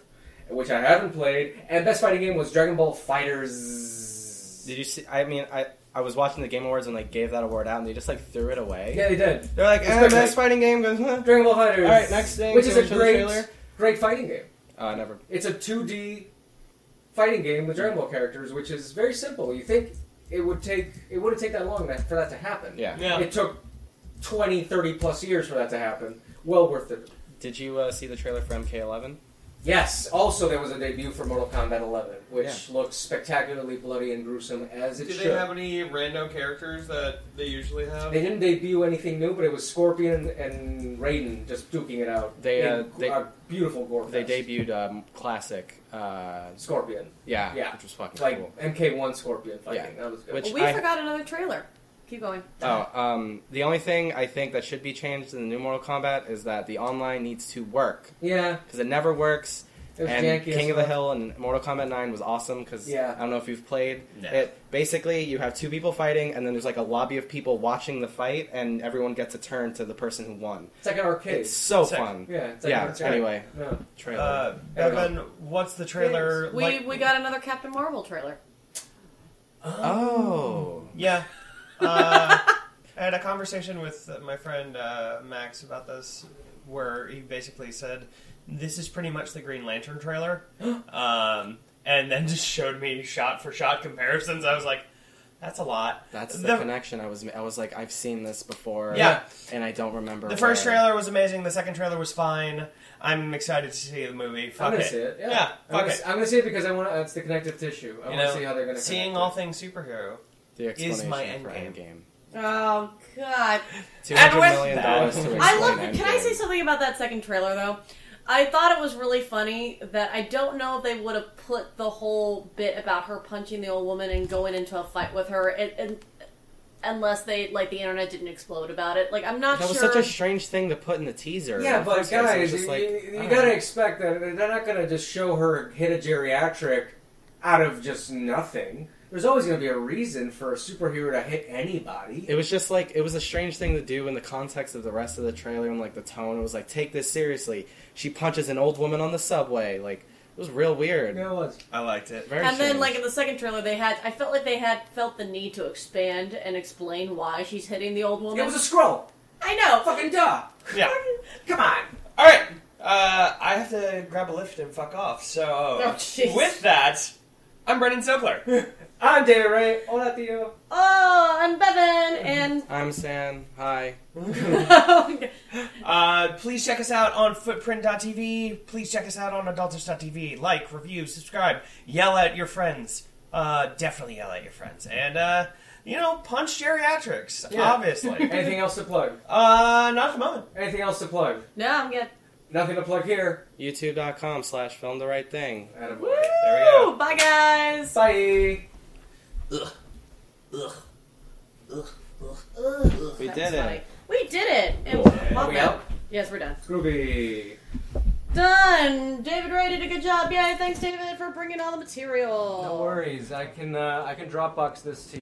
Speaker 2: which I haven't played. And best fighting game was Dragon Ball Fighters.
Speaker 4: Did you see? I mean, I I was watching the Game Awards and like gave that award out and they just like threw it away.
Speaker 2: Yeah, they did.
Speaker 4: They're like,
Speaker 2: It's
Speaker 4: eh,
Speaker 2: great.
Speaker 4: best fighting game goes. Huh.
Speaker 2: Dragon Ball Fighters.
Speaker 4: All right, next thing.
Speaker 2: Which
Speaker 4: can
Speaker 2: is
Speaker 4: we
Speaker 2: a
Speaker 4: show the
Speaker 2: great,
Speaker 4: trailer?
Speaker 2: great fighting game.
Speaker 4: Uh, never.
Speaker 2: It's a 2D fighting game with Dragon Ball characters, which is very simple. You think it would take it wouldn't take that long that, for that to happen.
Speaker 4: Yeah.
Speaker 5: Yeah.
Speaker 2: It took 20, 30 plus years for that to happen. Well worth it.
Speaker 4: Did you uh, see the trailer for MK11?
Speaker 2: Yes. Also, there was a debut for Mortal Kombat 11, which looks spectacularly bloody and gruesome as
Speaker 5: Do
Speaker 2: it
Speaker 5: they
Speaker 2: should.
Speaker 5: have any random characters that they usually have?
Speaker 2: They didn't debut anything new, but it was Scorpion and Raiden just duking it out.
Speaker 4: They, uh,
Speaker 2: In
Speaker 4: they-
Speaker 2: a beautiful gore.
Speaker 4: They
Speaker 2: fest.
Speaker 4: debuted um, classic. Uh,
Speaker 2: Scorpion,
Speaker 4: yeah,
Speaker 2: Yeah.
Speaker 4: which was fucking
Speaker 2: like
Speaker 4: cool.
Speaker 2: MK1 Scorpion fighting.
Speaker 4: Yeah.
Speaker 2: That was good.
Speaker 4: Which
Speaker 1: we
Speaker 4: I-
Speaker 1: forgot another trailer. Keep going.
Speaker 4: Oh, um, the only thing I think that should be changed in the new Mortal Kombat is that the online needs to work
Speaker 2: yeah,
Speaker 4: because it never works.
Speaker 2: it was
Speaker 4: and
Speaker 2: janky. as
Speaker 4: King of the
Speaker 2: fuck.
Speaker 4: Hill and Mortal Kombat 9 was awesome because
Speaker 2: Yeah.
Speaker 4: I don't know if you've played
Speaker 3: No.
Speaker 4: it. Basically, you have two people fighting, and then there's like a lobby of people watching the fight, and everyone gets a turn to the person who won.
Speaker 2: It's like an arcade.
Speaker 4: It's so
Speaker 3: Sick.
Speaker 4: fun.
Speaker 2: yeah, it's like an
Speaker 4: Yeah.
Speaker 2: arcade.
Speaker 4: Anyway,
Speaker 2: No.
Speaker 4: trailer.
Speaker 3: Uh, Evan, what's the trailer?
Speaker 1: We
Speaker 3: like?
Speaker 1: we got another Captain Marvel trailer.
Speaker 4: oh,
Speaker 3: Yeah. Uh, I had a conversation with uh, my friend uh, Max about this, where he basically said, "This is pretty much the Green Lantern trailer," um, and then just showed me shot for shot comparisons. I was like, "That's a lot."
Speaker 4: that's the,
Speaker 3: The-
Speaker 4: connection. I was I was like, I've seen this before.
Speaker 3: Yeah.
Speaker 4: and I don't remember.
Speaker 3: The first
Speaker 4: where.
Speaker 3: trailer was amazing. The second trailer was fine. I'm excited to see the movie. Fuck
Speaker 2: I'm gonna
Speaker 3: it.
Speaker 2: see it. Yeah,
Speaker 3: Yeah,
Speaker 2: I'm, gonna,
Speaker 3: fuck
Speaker 2: s- I'm gonna see it because I want. It's the connective tissue. I
Speaker 3: You
Speaker 2: want to
Speaker 3: know,
Speaker 2: see how they're gonna.
Speaker 3: Seeing
Speaker 2: connect
Speaker 3: all
Speaker 2: it.
Speaker 3: things superhero.
Speaker 4: The
Speaker 3: is
Speaker 4: explanation
Speaker 3: my
Speaker 4: for
Speaker 3: Endgame.
Speaker 4: Endgame.
Speaker 1: Oh God!
Speaker 4: Two hundred
Speaker 1: with
Speaker 4: million
Speaker 3: that-
Speaker 4: dollars to explain
Speaker 1: I love.
Speaker 4: Endgame.
Speaker 1: Can I say something about that second trailer though? I thought it was really funny that I don't know if they would have put the whole bit about her punching the old woman and going into a fight with her, and, and, unless they like the internet didn't explode about it. Like I'm not
Speaker 4: That was
Speaker 1: sure.
Speaker 4: such a strange thing to put in the teaser.
Speaker 2: Yeah,
Speaker 4: In the
Speaker 2: but
Speaker 4: first place, I was
Speaker 2: guys,
Speaker 4: just
Speaker 2: you,
Speaker 4: like,
Speaker 2: you- you
Speaker 4: I don't
Speaker 2: gotta
Speaker 4: know.
Speaker 2: expect that they're not gonna just show her hit a geriatric out of just nothing. There's always gonna be a reason for a superhero to hit anybody.
Speaker 4: It was just like it was a strange thing to do in the context of the rest of the trailer and like the tone. It was like, take this seriously. She punches an old woman on the subway. Like it was real weird.
Speaker 2: Yeah, it was.
Speaker 3: I liked it.
Speaker 4: Very
Speaker 1: and then,
Speaker 4: strange.
Speaker 1: like in the second trailer, they had I felt like they had felt the need to expand and explain why she's hitting the old woman.
Speaker 2: It was a scroll.
Speaker 1: I know.
Speaker 2: Fucking duh.
Speaker 3: Yeah.
Speaker 2: Come on.
Speaker 3: All right. Uh, I have to grab a lift and fuck off. So
Speaker 1: Oh, jeez.
Speaker 3: with that, I'm Brendan Sokler.
Speaker 2: I'm David Ray. Hola, tío.
Speaker 1: Oh, I'm Bevan, and Oh,
Speaker 4: I'm San. Hi.
Speaker 3: Uh, please check us out on footprint.tv. Please check us out on adultish.tv. Like, review, subscribe, yell at your friends. Uh, definitely yell at your friends. And, uh, you know, punch geriatrics,
Speaker 2: Yeah.
Speaker 3: obviously.
Speaker 2: Anything else to plug?
Speaker 3: uh, not at the moment.
Speaker 2: Anything else to plug?
Speaker 1: no, I'm good.
Speaker 2: Nothing to plug here.
Speaker 4: YouTube.com slash film the right thing.
Speaker 2: Attaboy.
Speaker 1: Woo!
Speaker 3: There we go.
Speaker 1: Bye, guys.
Speaker 2: Bye.
Speaker 4: We
Speaker 1: That
Speaker 4: did
Speaker 1: was
Speaker 4: it.
Speaker 1: funny. We did it. And
Speaker 2: Are we out?
Speaker 1: Yes, we're done.
Speaker 2: Groovy.
Speaker 1: Done. David Ray did a good job. Yay! Thanks, David, for bringing all the material.
Speaker 2: No worries. I can uh, I can Dropbox this to